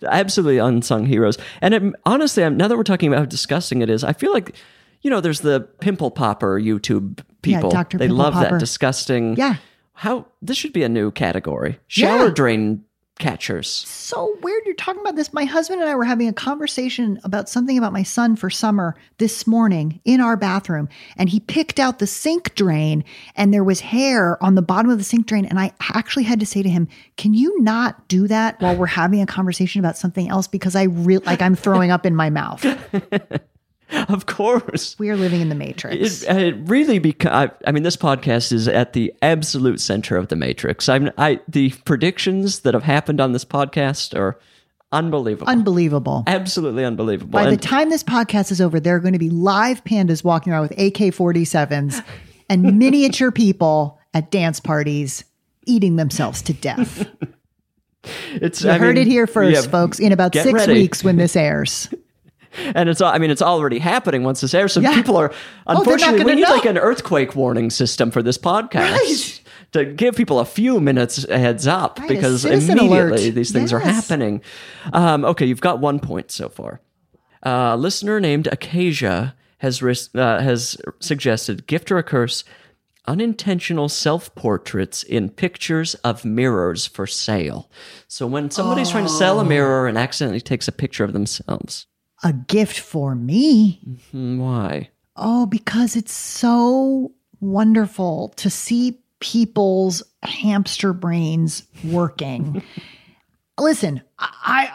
Speaker 3: heroes.
Speaker 2: absolutely unsung heroes. And it, honestly, I'm, now that we're talking about how disgusting it is, I feel like, you know, there's the pimple popper YouTube people.
Speaker 3: Dr.
Speaker 2: They
Speaker 3: Pimple
Speaker 2: love
Speaker 3: Popper.
Speaker 2: that disgusting.
Speaker 3: Yeah.
Speaker 2: How this should be a new category: shower
Speaker 3: Yeah.
Speaker 2: drain catchers.
Speaker 3: so weird you're talking about this. My husband and I were having a conversation about something about my son for summer this morning in our bathroom, and he picked out the sink drain, and there was hair on the bottom of the sink drain. And I actually had to say to him, "Can you not do that while we're having a conversation about something else?" Because I really like I'm throwing up in my mouth.
Speaker 2: Of course.
Speaker 3: We are living in the matrix.
Speaker 2: It, it really because I, I mean this podcast is at the absolute center of the matrix. I'm I the predictions that have happened on this podcast are Unbelievable.
Speaker 3: Unbelievable.
Speaker 2: Absolutely unbelievable.
Speaker 3: By the
Speaker 2: And-
Speaker 3: time this podcast is over, there are going to be live pandas walking around with AK 47s and miniature people at dance parties eating themselves to death.
Speaker 2: it's
Speaker 3: You
Speaker 2: I
Speaker 3: heard
Speaker 2: mean,
Speaker 3: it here first,
Speaker 2: yeah,
Speaker 3: folks, in about
Speaker 2: get
Speaker 3: six
Speaker 2: ready.
Speaker 3: weeks when this airs.
Speaker 2: And it's all- I mean it's already happening once this airs. So
Speaker 3: Yeah. Oh,
Speaker 2: people are
Speaker 3: not
Speaker 2: unfortunately we
Speaker 3: gonna
Speaker 2: need
Speaker 3: know.
Speaker 2: like an earthquake warning system for this podcast
Speaker 3: Right.
Speaker 2: to give people a few minutes heads up
Speaker 3: Right, a
Speaker 2: because
Speaker 3: citizen
Speaker 2: immediately
Speaker 3: alert.
Speaker 2: these things are
Speaker 3: Yes.
Speaker 2: happening. Um, okay, you've got one point so far. A listener named Acacia has ris- uh, has suggested gift or a curse unintentional self portraits in pictures of mirrors for sale. So when somebody's trying to sell a mirror and accidentally takes a picture of themselves,
Speaker 3: A gift for me.
Speaker 2: Hmm, why?
Speaker 3: Oh, because it's so wonderful to see people's hamster brains working. Listen, I, I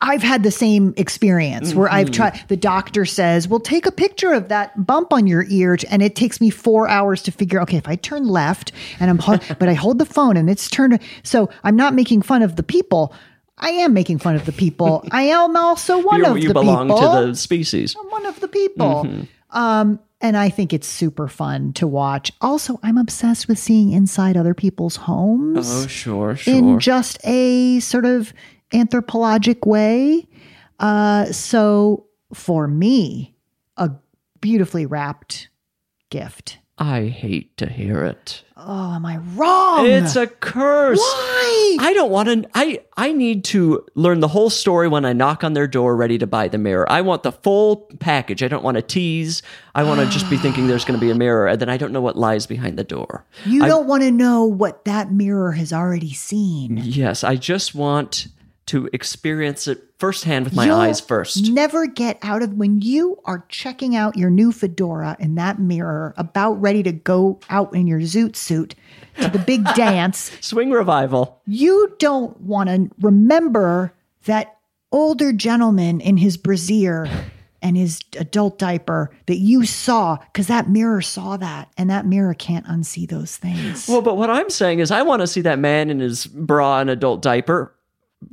Speaker 3: I've had the same experience where I've
Speaker 2: Mm-hmm.
Speaker 3: tried the doctor says, "Well, take a picture of that bump on your ear," and it takes me 4 hours to figure, okay, if I turn left and I'm ho- but I hold the phone and it's turned so I'm not making fun of the people. I am making fun of the people. I am also one
Speaker 2: You,
Speaker 3: of
Speaker 2: you
Speaker 3: the
Speaker 2: belong
Speaker 3: people.
Speaker 2: to the species.
Speaker 3: I'm one of the people.
Speaker 2: Mm-hmm.
Speaker 3: Um, and I think it's super fun to watch. Also, I'm obsessed with seeing inside other people's homes
Speaker 2: Oh, sure, sure.
Speaker 3: in just a sort of anthropologic way. Uh, so for me, a beautifully wrapped gift.
Speaker 2: I hate to hear it.
Speaker 3: Oh, am I wrong?
Speaker 2: It's a curse.
Speaker 3: Why?
Speaker 2: I don't want to. I I need to learn the whole story when I knock on their door, ready to buy the mirror. I want the full package. I don't want to tease. I want to just be thinking there's going to be a mirror, and then I don't know what lies behind the door.
Speaker 3: you don't want to know what that mirror has already seen.
Speaker 2: Yes, I just want to experience it firsthand with my
Speaker 3: You'll
Speaker 2: eyes first.
Speaker 3: Never get out of when you are checking out your new fedora in that mirror, about ready to go out in your zoot suit to the big dance.
Speaker 2: Swing revival.
Speaker 3: You don't want to remember that older gentleman in his brassiere and his adult diaper that you saw because that mirror saw that and that mirror can't unsee those things.
Speaker 2: Well, but what I'm saying is, I want to see that man in his bra and adult diaper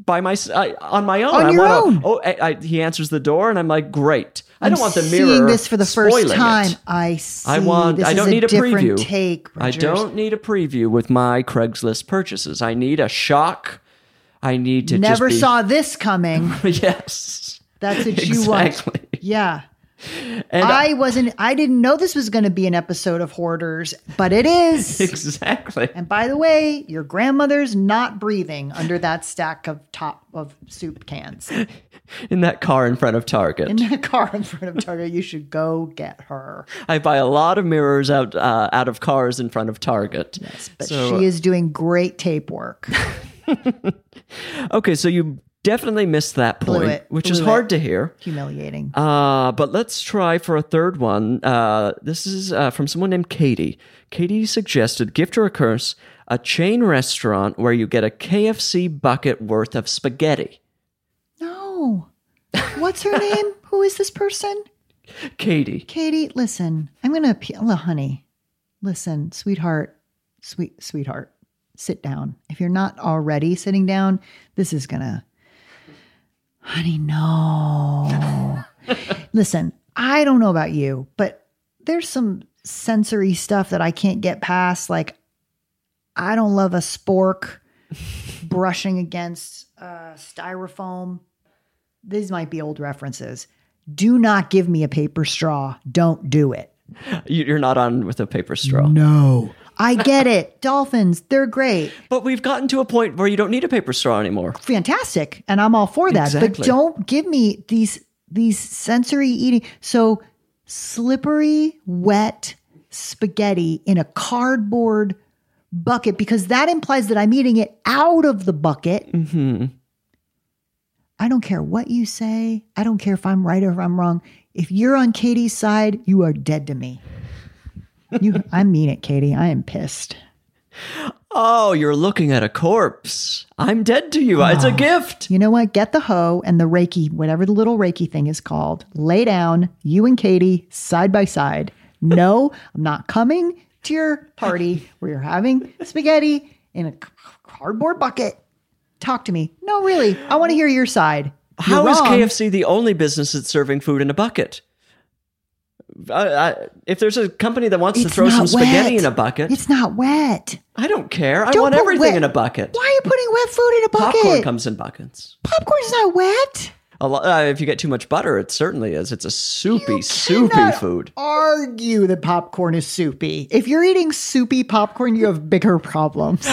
Speaker 2: by my I, on my own.
Speaker 3: On
Speaker 2: I
Speaker 3: your
Speaker 2: wanna-
Speaker 3: own.
Speaker 2: Oh, I, I, he answers the door, and I'm like, great. I don't want the mirror.
Speaker 3: Seeing this for the first
Speaker 2: spoiling it.
Speaker 3: time, I see.
Speaker 2: I want.
Speaker 3: This
Speaker 2: I
Speaker 3: is
Speaker 2: don't
Speaker 3: a
Speaker 2: need a
Speaker 3: different
Speaker 2: preview.
Speaker 3: Take.
Speaker 2: I
Speaker 3: Rogers.
Speaker 2: don't need a preview with my Craigslist purchases. I need a shock. I need to
Speaker 3: Never
Speaker 2: just be,
Speaker 3: saw this coming.
Speaker 2: yes,
Speaker 3: That's what you
Speaker 2: exactly.
Speaker 3: want. Yeah.
Speaker 2: And uh, I,
Speaker 3: I wasn't I didn't know this was going to be an episode of Hoarders, but it is.
Speaker 2: exactly.
Speaker 3: and by the way, your grandmother's not breathing under that stack of top of soup cans
Speaker 2: In that car in front of Target,
Speaker 3: in that car in front of Target. You should go get her.
Speaker 2: I buy a lot of mirrors out uh, out of cars in front of Target. Yes,
Speaker 3: But she is doing great tape work.
Speaker 2: Okay, so you definitely missed that
Speaker 3: Blew
Speaker 2: point,
Speaker 3: it,
Speaker 2: which
Speaker 3: blew
Speaker 2: is
Speaker 3: it.
Speaker 2: hard to hear.
Speaker 3: Humiliating.
Speaker 2: Uh, but let's try for a third one. Uh, this is uh, from someone named Katie. Katie suggested gift or a curse a chain restaurant where you get a KFC bucket worth of spaghetti.
Speaker 3: no. What's her name? Who is this person?
Speaker 2: Katie,
Speaker 3: Katie, listen, I'm going to appeal. Look, honey, listen, sweetheart, sweet, sweetheart, sit down. If you're not already sitting down, this is going to, honey, no. listen, I don't know about you, but there's some sensory stuff that I can't get past. Like, I don't love a spork brushing against uh, styrofoam. These might be old references. Do not give me a paper straw. Don't do it.
Speaker 2: you- you're not on with a paper straw.
Speaker 3: No. I get it. Dolphins, they're great.
Speaker 2: But we've gotten to a point where you don't need a paper straw anymore.
Speaker 3: Fantastic. And I'm all for that.
Speaker 2: Exactly.
Speaker 3: But don't give me these these sensory eating. So slippery, wet spaghetti in a cardboard bucket because that implies that I'm eating it out of the bucket. I don't care what you say. I don't care if I'm right or if I'm wrong. If you're on Katie's side, you are dead to me. You, I mean it, Katie. I am pissed.
Speaker 2: Oh, you're looking at a corpse. I'm dead to you. It's a gift.
Speaker 3: You know what? Get the hoe and the Reiki, whatever the little Reiki thing is called. Lay down, you and Katie, side by side. No, I'm not coming to your party where you're having spaghetti in a c- cardboard bucket. Talk to me. No, really. I want to hear your side.
Speaker 2: How
Speaker 3: You're
Speaker 2: is
Speaker 3: wrong.
Speaker 2: KFC the only business that's serving food in a bucket? I, I, if there's a company that wants to
Speaker 3: It's
Speaker 2: throw some
Speaker 3: not
Speaker 2: spaghetti
Speaker 3: wet.
Speaker 2: in a bucket,
Speaker 3: It's not wet.
Speaker 2: I don't care. I
Speaker 3: Don't
Speaker 2: want
Speaker 3: put
Speaker 2: everything
Speaker 3: wet-
Speaker 2: in a bucket.
Speaker 3: Why are you putting wet food in a bucket?
Speaker 2: Popcorn comes in buckets.
Speaker 3: Popcorn's not wet.
Speaker 2: A lo- uh, if you get too much butter, it certainly is. It's a soupy, soupy
Speaker 3: cannot
Speaker 2: food.
Speaker 3: Argue that popcorn is soupy. If you're eating soupy popcorn, you have bigger problems.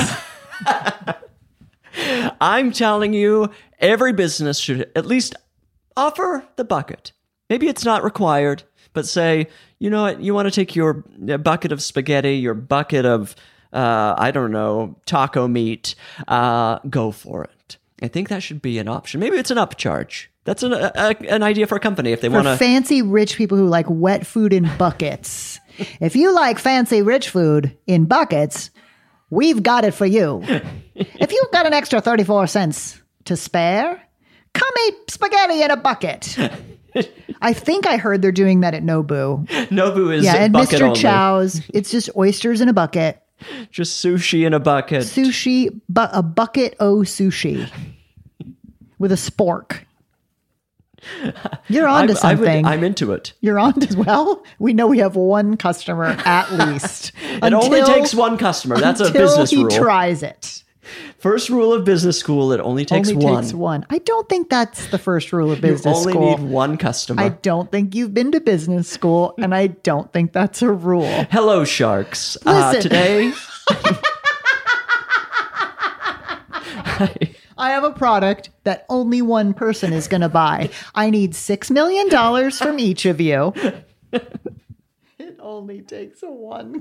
Speaker 2: I'm telling you, every business should at least offer the bucket. Maybe it's not required, but say, you know what, you want to take your uh, bucket of spaghetti, your bucket of, uh, I don't know, taco meat, uh, go for it. I think that should be an option. Maybe it's an upcharge. That's an, a, a- an idea for a company if they want
Speaker 3: for
Speaker 2: to.
Speaker 3: fancy rich people who like wet food in buckets. if you like fancy rich food in buckets, we've got it for you. if you've got an extra 34 cents to spare, come eat spaghetti in a bucket. I think I heard they're doing that at Nobu.
Speaker 2: Nobu is
Speaker 3: Yeah, and
Speaker 2: bucket
Speaker 3: Mr.
Speaker 2: only.
Speaker 3: Chow's. It's just oysters in a bucket.
Speaker 2: Just sushi in a bucket.
Speaker 3: Sushi, bu- a bucket o sushi with a spork. You're
Speaker 2: I-
Speaker 3: onto
Speaker 2: I would-
Speaker 3: something.
Speaker 2: I'm into it.
Speaker 3: You're on as well. We know we have one customer at least.
Speaker 2: It only takes one customer. That's a
Speaker 3: until
Speaker 2: business
Speaker 3: he
Speaker 2: rule.
Speaker 3: tries it.
Speaker 2: First rule of business school: it only takes
Speaker 3: only
Speaker 2: one.
Speaker 3: takes one. I don't think that's the first rule of business
Speaker 2: only
Speaker 3: school.
Speaker 2: need one customer.
Speaker 3: I don't think you've been to business school, and I don't think that's a rule.
Speaker 2: Hello, sharks. Uh,
Speaker 3: Listen.
Speaker 2: today,
Speaker 3: I have a product that only one person is going to buy. I need six million dollars from each of you. It only takes one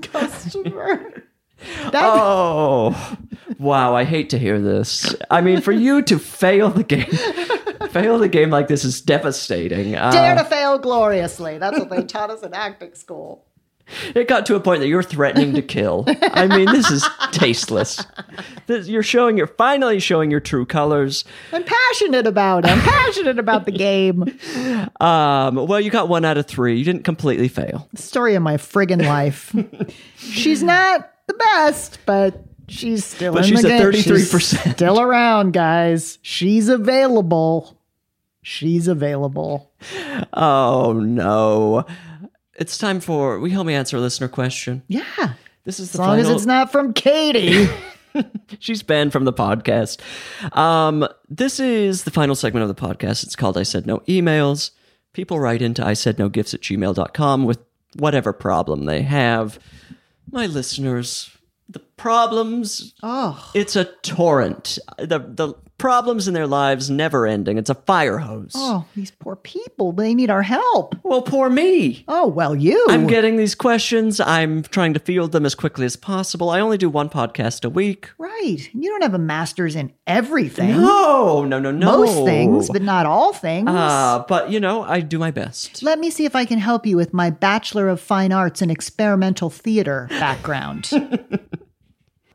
Speaker 3: customer. That,
Speaker 2: oh, wow, I hate to hear this. I mean, for you to fail the game, fail the game like this is devastating.
Speaker 3: Dare
Speaker 2: Uh,
Speaker 3: to fail gloriously. That's what they taught us in acting school.
Speaker 2: it got to a point that you're threatening to kill. I mean, this is tasteless. This, you're showing, you're finally showing your true colors.
Speaker 3: I'm passionate about it. I'm passionate about the game.
Speaker 2: Um, well, you got one out of three. You didn't completely fail.
Speaker 3: Story of my friggin' life. She's not the best, but she's still
Speaker 2: But
Speaker 3: in
Speaker 2: she's
Speaker 3: the
Speaker 2: at
Speaker 3: game. She's
Speaker 2: 33%.
Speaker 3: Still around, guys. She's available. She's available.
Speaker 2: Oh no. It's time for we help me answer a listener question.
Speaker 3: Yeah.
Speaker 2: This is the
Speaker 3: As long as
Speaker 2: final-
Speaker 3: it's not from Katie.
Speaker 2: She's banned from the podcast. Um, this is the final segment of the podcast. It's called I Said No Emails. People write into I Said No Gifts at gmail.com with whatever problem they have. My listeners, the problems,
Speaker 3: oh.
Speaker 2: it's a torrent. The, the problems in their lives never ending. It's a fire hose.
Speaker 3: Oh, these poor people. They need our help.
Speaker 2: Well, poor me.
Speaker 3: Oh, well, you.
Speaker 2: I'm getting these questions. I'm trying to field them as quickly as possible. I only do one podcast a week.
Speaker 3: right. You don't have a master's in everything.
Speaker 2: No, no, no, no.
Speaker 3: most things, but not all things.
Speaker 2: Uh, but you know, I do my best.
Speaker 3: Let me see if I can help you with my Bachelor of Fine Arts in Experimental Theater background.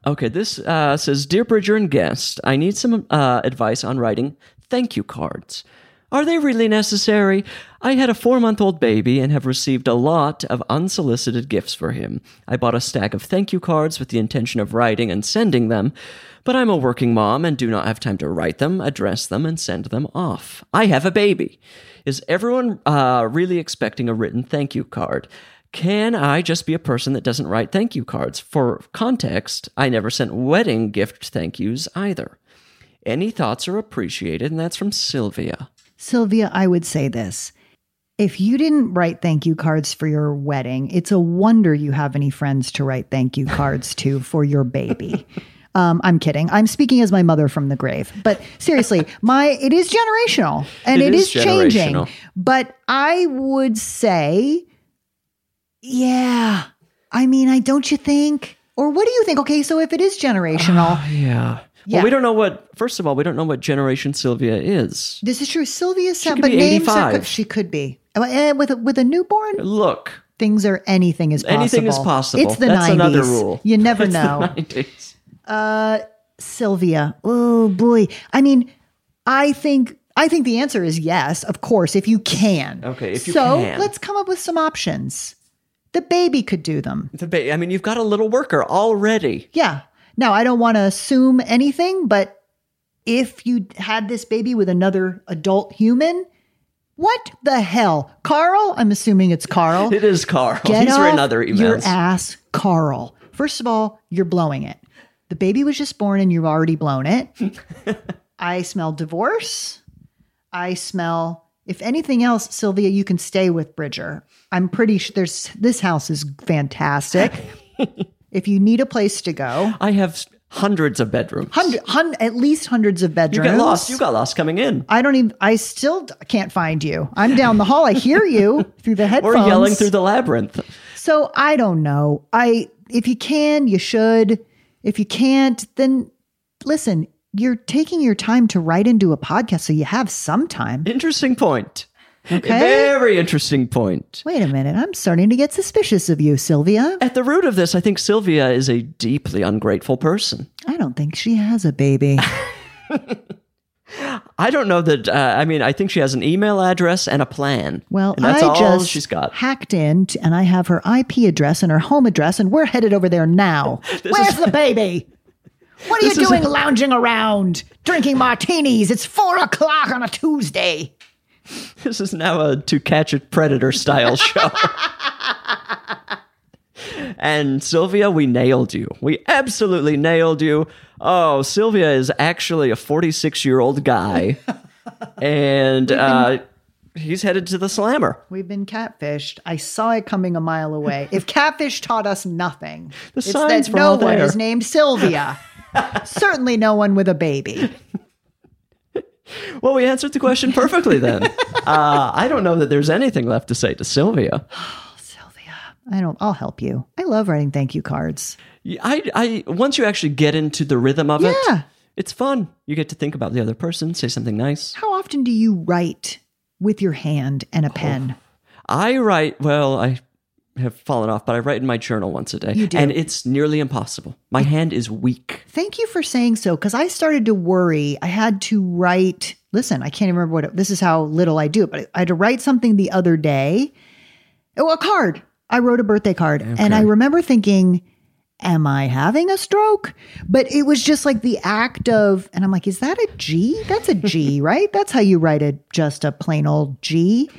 Speaker 2: Okay, this uh, says Dear Bridger and guest, I need some uh, advice on writing thank you cards. Are they really necessary? I had a four month old baby and have received a lot of unsolicited gifts for him. I bought a stack of thank you cards with the intention of writing and sending them, but I'm a working mom and do not have time to write them, address them, and send them off. I have a baby. Is everyone uh, really expecting a written thank you card? Can I just be a person that doesn't write thank you cards? For context, I never sent wedding gift thank yous either. Any thoughts are appreciated, and that's from Sylvia.
Speaker 3: Sylvia, I would say this. If you didn't write thank you cards for your wedding, it's a wonder you have any friends to write thank you cards to for your baby. Um, I'm kidding. I'm speaking as my mother from the grave. But seriously, my it is generational and
Speaker 2: It
Speaker 3: it
Speaker 2: is
Speaker 3: is, changing.
Speaker 2: generational.
Speaker 3: But I would say, yeah. I mean, I don't you think? Or what do you think? Okay, so if it is generational,
Speaker 2: Oh, Yeah.
Speaker 3: Yeah.
Speaker 2: Well, we don't know what, first of all, we don't know what generation Sylvia is.
Speaker 3: this is true. Sylvia said,
Speaker 2: could
Speaker 3: but
Speaker 2: be
Speaker 3: names are,
Speaker 2: 85.
Speaker 3: she could be Eh, with a, with a newborn.
Speaker 2: Look,
Speaker 3: things are anything is possible.
Speaker 2: anything is possible.
Speaker 3: It's the
Speaker 2: that's
Speaker 3: 90s.
Speaker 2: another rule.
Speaker 3: You never
Speaker 2: It's the
Speaker 3: know.
Speaker 2: 90s.
Speaker 3: Sylvia. Oh boy. I mean, I think I think the answer is yes, of course, if you can.
Speaker 2: Okay, if you
Speaker 3: so
Speaker 2: can.
Speaker 3: let's come up with some options. The baby could do them.
Speaker 2: The ba- I mean, you've got a little worker already.
Speaker 3: Yeah. Now I don't want to assume anything, but if you had this baby with another adult human. What the hell? Carl, I'm assuming it's Carl.
Speaker 2: It is Carl.
Speaker 3: Get
Speaker 2: Oh, He's
Speaker 3: off
Speaker 2: written other
Speaker 3: your
Speaker 2: emails.
Speaker 3: ass, Carl. First of all, you're blowing it. The baby was just born and you've already blown it. I smell divorce. I smell, if anything else, Sylvia, you can stay with Bridger. I'm pretty sure there's this house is fantastic. if you need a place to go,
Speaker 2: I have hundreds of bedrooms.
Speaker 3: hundred, hun, at least hundreds of
Speaker 2: You
Speaker 3: bedrooms.
Speaker 2: got lost. You got lost coming in.
Speaker 3: I don't even. I still d- can't find you. I'm down the hall. I hear you through the
Speaker 2: We're
Speaker 3: headphones.
Speaker 2: yelling through the labyrinth.
Speaker 3: So I don't know. I if you can, you should. If you can't, then listen. You're taking your time to write into a podcast, so you have some time.
Speaker 2: Interesting point.
Speaker 3: Okay.
Speaker 2: Very interesting point.
Speaker 3: Wait a minute. I'm starting to get suspicious of you, Sylvia.
Speaker 2: At the root of this, I think Sylvia is a deeply ungrateful person.
Speaker 3: I don't think she has a baby.
Speaker 2: I don't know that. Uh, I mean, I think she has an email address and a plan.
Speaker 3: Well,
Speaker 2: and that's
Speaker 3: I
Speaker 2: all
Speaker 3: just
Speaker 2: she's got.
Speaker 3: hacked in, t- and I have her IP address and her home address, and we're headed over there now. Where's the baby? What are you
Speaker 2: This is-
Speaker 3: doing lounging around, drinking martinis? It's four o'clock on a Tuesday.
Speaker 2: This is now a To Catch a Predator style show. and Sylvia, we nailed you. We absolutely nailed you. Oh, Sylvia is actually a 46 year old guy. and uh, he's headed to the slammer.
Speaker 3: We've been catfished. I saw it coming a mile away. If catfish taught us nothing, it's
Speaker 2: signs
Speaker 3: that
Speaker 2: were
Speaker 3: no
Speaker 2: all
Speaker 3: one
Speaker 2: there.
Speaker 3: is named Sylvia. Certainly no one with a baby.
Speaker 2: Well, we answered the question perfectly then. uh, I don't know that there's anything left to say to Sylvia.
Speaker 3: I don't I'll help you. I love writing thank you cards.
Speaker 2: I, I once you actually get into the rhythm of
Speaker 3: Yeah.
Speaker 2: it, it's fun. You get to think about the other person, say something nice.
Speaker 3: How often do you write with your hand and a pen?
Speaker 2: I write. Well, I have fallen off, but I write in my journal once a day,
Speaker 3: You do. Mm-hmm.
Speaker 2: and it's nearly impossible. My hand is weak.
Speaker 3: Thank you for saying so because I started to worry. I had to write. Listen, I can't remember what it, this is how little I do it, but I had to write something the other day. Oh, a card. I wrote a birthday card and I remember thinking, Am I having a stroke? But it was just like the act of, and I'm like, Is that a G? That's a G, right? That's how you write it, just a plain old G.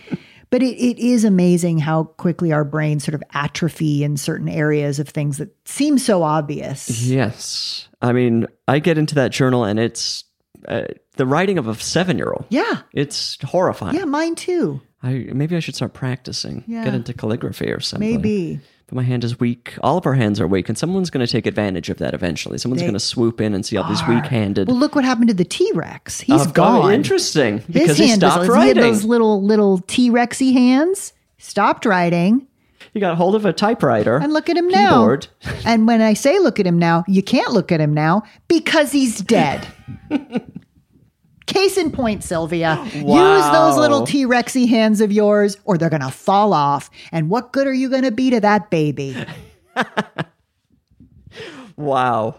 Speaker 3: But it, it is amazing how quickly our brains sort of atrophy in certain areas of things that seem so obvious.
Speaker 2: Yes, I mean, I get into that journal, and it's uh, the writing of a seven-year-old.
Speaker 3: Yeah.
Speaker 2: It's horrifying.
Speaker 3: Yeah, mine too.
Speaker 2: I maybe I should start practicing.
Speaker 3: Yeah.
Speaker 2: Get into calligraphy or something.
Speaker 3: Maybe.
Speaker 2: But my hand is weak. All of our hands are weak, and someone's going to take advantage of that eventually. Someone's going to swoop in and see all these weak-handed.
Speaker 3: Well, look what happened to the T Rex. He's
Speaker 2: I've got-
Speaker 3: gone.
Speaker 2: Interesting,
Speaker 3: His
Speaker 2: because he
Speaker 3: hand was-
Speaker 2: stopped
Speaker 3: he had
Speaker 2: writing.
Speaker 3: those little little T Rexy hands. Stopped writing,
Speaker 2: He got hold of a typewriter
Speaker 3: and look at him now.
Speaker 2: keyboard.
Speaker 3: And when I say look at him now, you can't look at him now because he's dead. Case in point, Sylvia. Use those
Speaker 2: Wow.
Speaker 3: little T Rexy hands of yours, or they're gonna fall off. And what good are you gonna be to that baby?
Speaker 2: Wow.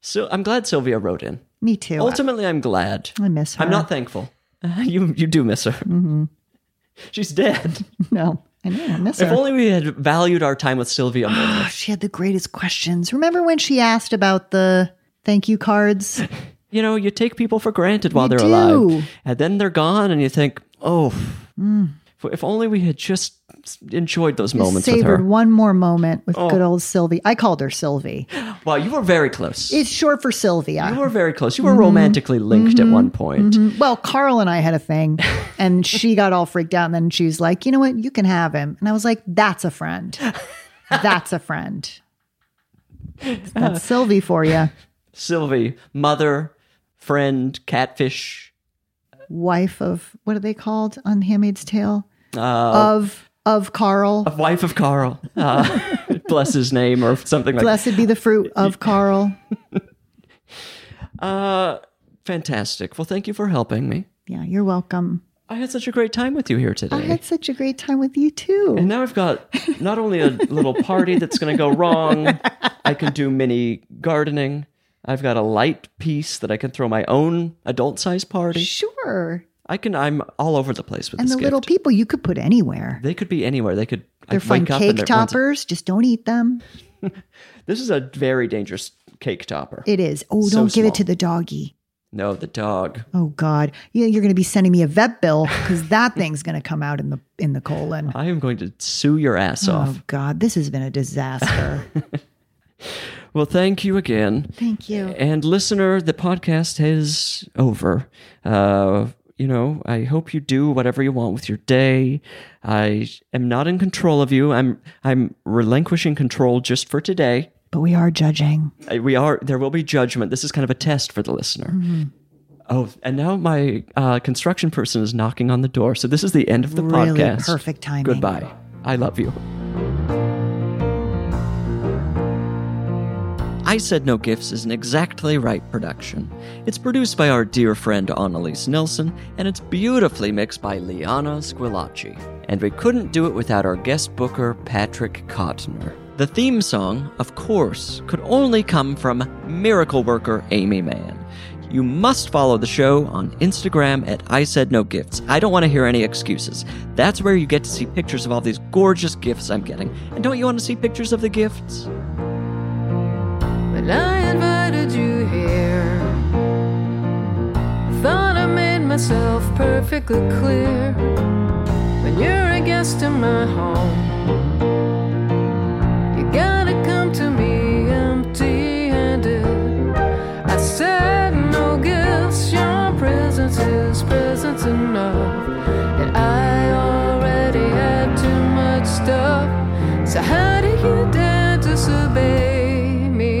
Speaker 2: So I'm glad Sylvia wrote in.
Speaker 3: Me too.
Speaker 2: Ultimately, I'm glad.
Speaker 3: I miss her. Mm-hmm.
Speaker 2: I'm not thankful. you you do miss her. She's dead.
Speaker 3: No, I know. I miss
Speaker 2: if
Speaker 3: her.
Speaker 2: only we had valued our time with Sylvia more.
Speaker 3: Oh, she had the greatest questions. Remember when she asked about the thank you cards?
Speaker 2: you know, you take people for granted while
Speaker 3: You
Speaker 2: they're
Speaker 3: do.
Speaker 2: alive, and then they're gone, and you think, oh,
Speaker 3: Mm.
Speaker 2: if- if only we had just enjoyed those moments with
Speaker 3: Savored
Speaker 2: her.
Speaker 3: one more moment with good old Sylvie. I called her Sylvie.
Speaker 2: Wow, you were very close.
Speaker 3: It's short for
Speaker 2: you
Speaker 3: Sylvia.
Speaker 2: were very close.
Speaker 3: Mm-hmm.
Speaker 2: You were romantically linked at one point.
Speaker 3: Well, Carl and I had a thing, and she got all freaked out. And then she's like, you know what? You can have him. And I was like, that's a friend. That's a friend. That's Sylvie for you.
Speaker 2: Sylvie, mother, friend, catfish,
Speaker 3: Wife of, what are they called on Handmaid's Tale? of, of Carl.
Speaker 2: wife of Carl. Uh, bless his name or something like that.
Speaker 3: Blessed be the fruit of Carl.
Speaker 2: Uh, Fantastic. Well, thank you for helping me.
Speaker 3: Yeah, you're welcome.
Speaker 2: I had such a great time with you here today.
Speaker 3: I had such a great time with you too.
Speaker 2: and now I've got not only a little party that's going to go wrong, I can do mini gardening. I've got a light piece that I can throw my own adult size party.
Speaker 3: Sure.
Speaker 2: I can. I'm all over the place with
Speaker 3: And
Speaker 2: this
Speaker 3: the little
Speaker 2: gift.
Speaker 3: people you could put anywhere.
Speaker 2: they could be anywhere. They could. I
Speaker 3: They're
Speaker 2: could
Speaker 3: fun
Speaker 2: wake up and
Speaker 3: cake
Speaker 2: they're- one's-
Speaker 3: toppers. Just don't eat them.
Speaker 2: This is a very dangerous cake topper.
Speaker 3: It is. Oh,
Speaker 2: So
Speaker 3: don't give it
Speaker 2: small.
Speaker 3: to the doggy.
Speaker 2: No, the dog.
Speaker 3: Oh God! Yeah, you're going to be sending me a vet bill because that thing's going to come out in the in the colon.
Speaker 2: I am going to sue your ass
Speaker 3: Oh
Speaker 2: off.
Speaker 3: God! This has been a disaster.
Speaker 2: Well, thank you again.
Speaker 3: Thank you.
Speaker 2: And listener, the podcast is over. Uh, you know, I hope you do whatever you want with your day. I am not in control of you. I'm I'm relinquishing control just for today.
Speaker 3: But we are judging.
Speaker 2: I- We are there will be judgment. This is kind of a test for the listener.
Speaker 3: Mm-hmm.
Speaker 2: Oh, and now my uh, construction person is knocking on the door. So this is the end of the
Speaker 3: Really
Speaker 2: podcast.
Speaker 3: perfect timing.
Speaker 2: Goodbye. I love you. I Said No Gifts is an exactly right production. It's produced by our dear friend Annalise Nelson, and it's beautifully mixed by Liana Squilacci. And we couldn't do it without our guest booker, Patrick Kottner. The theme song, of course, could only come from miracle worker Amy Mann. You must follow the show on Instagram at I Said No Gifts. I don't want to hear any excuses. That's where you get to see pictures of all these gorgeous gifts I'm getting. And don't you want to see pictures of the gifts?
Speaker 1: But I invited you here. I thought I made myself perfectly clear. When you're a guest in my home, you gotta come to me empty handed. I said no gifts, your presence is presence enough. And I already had too much stuff. So how do you dare disobey me?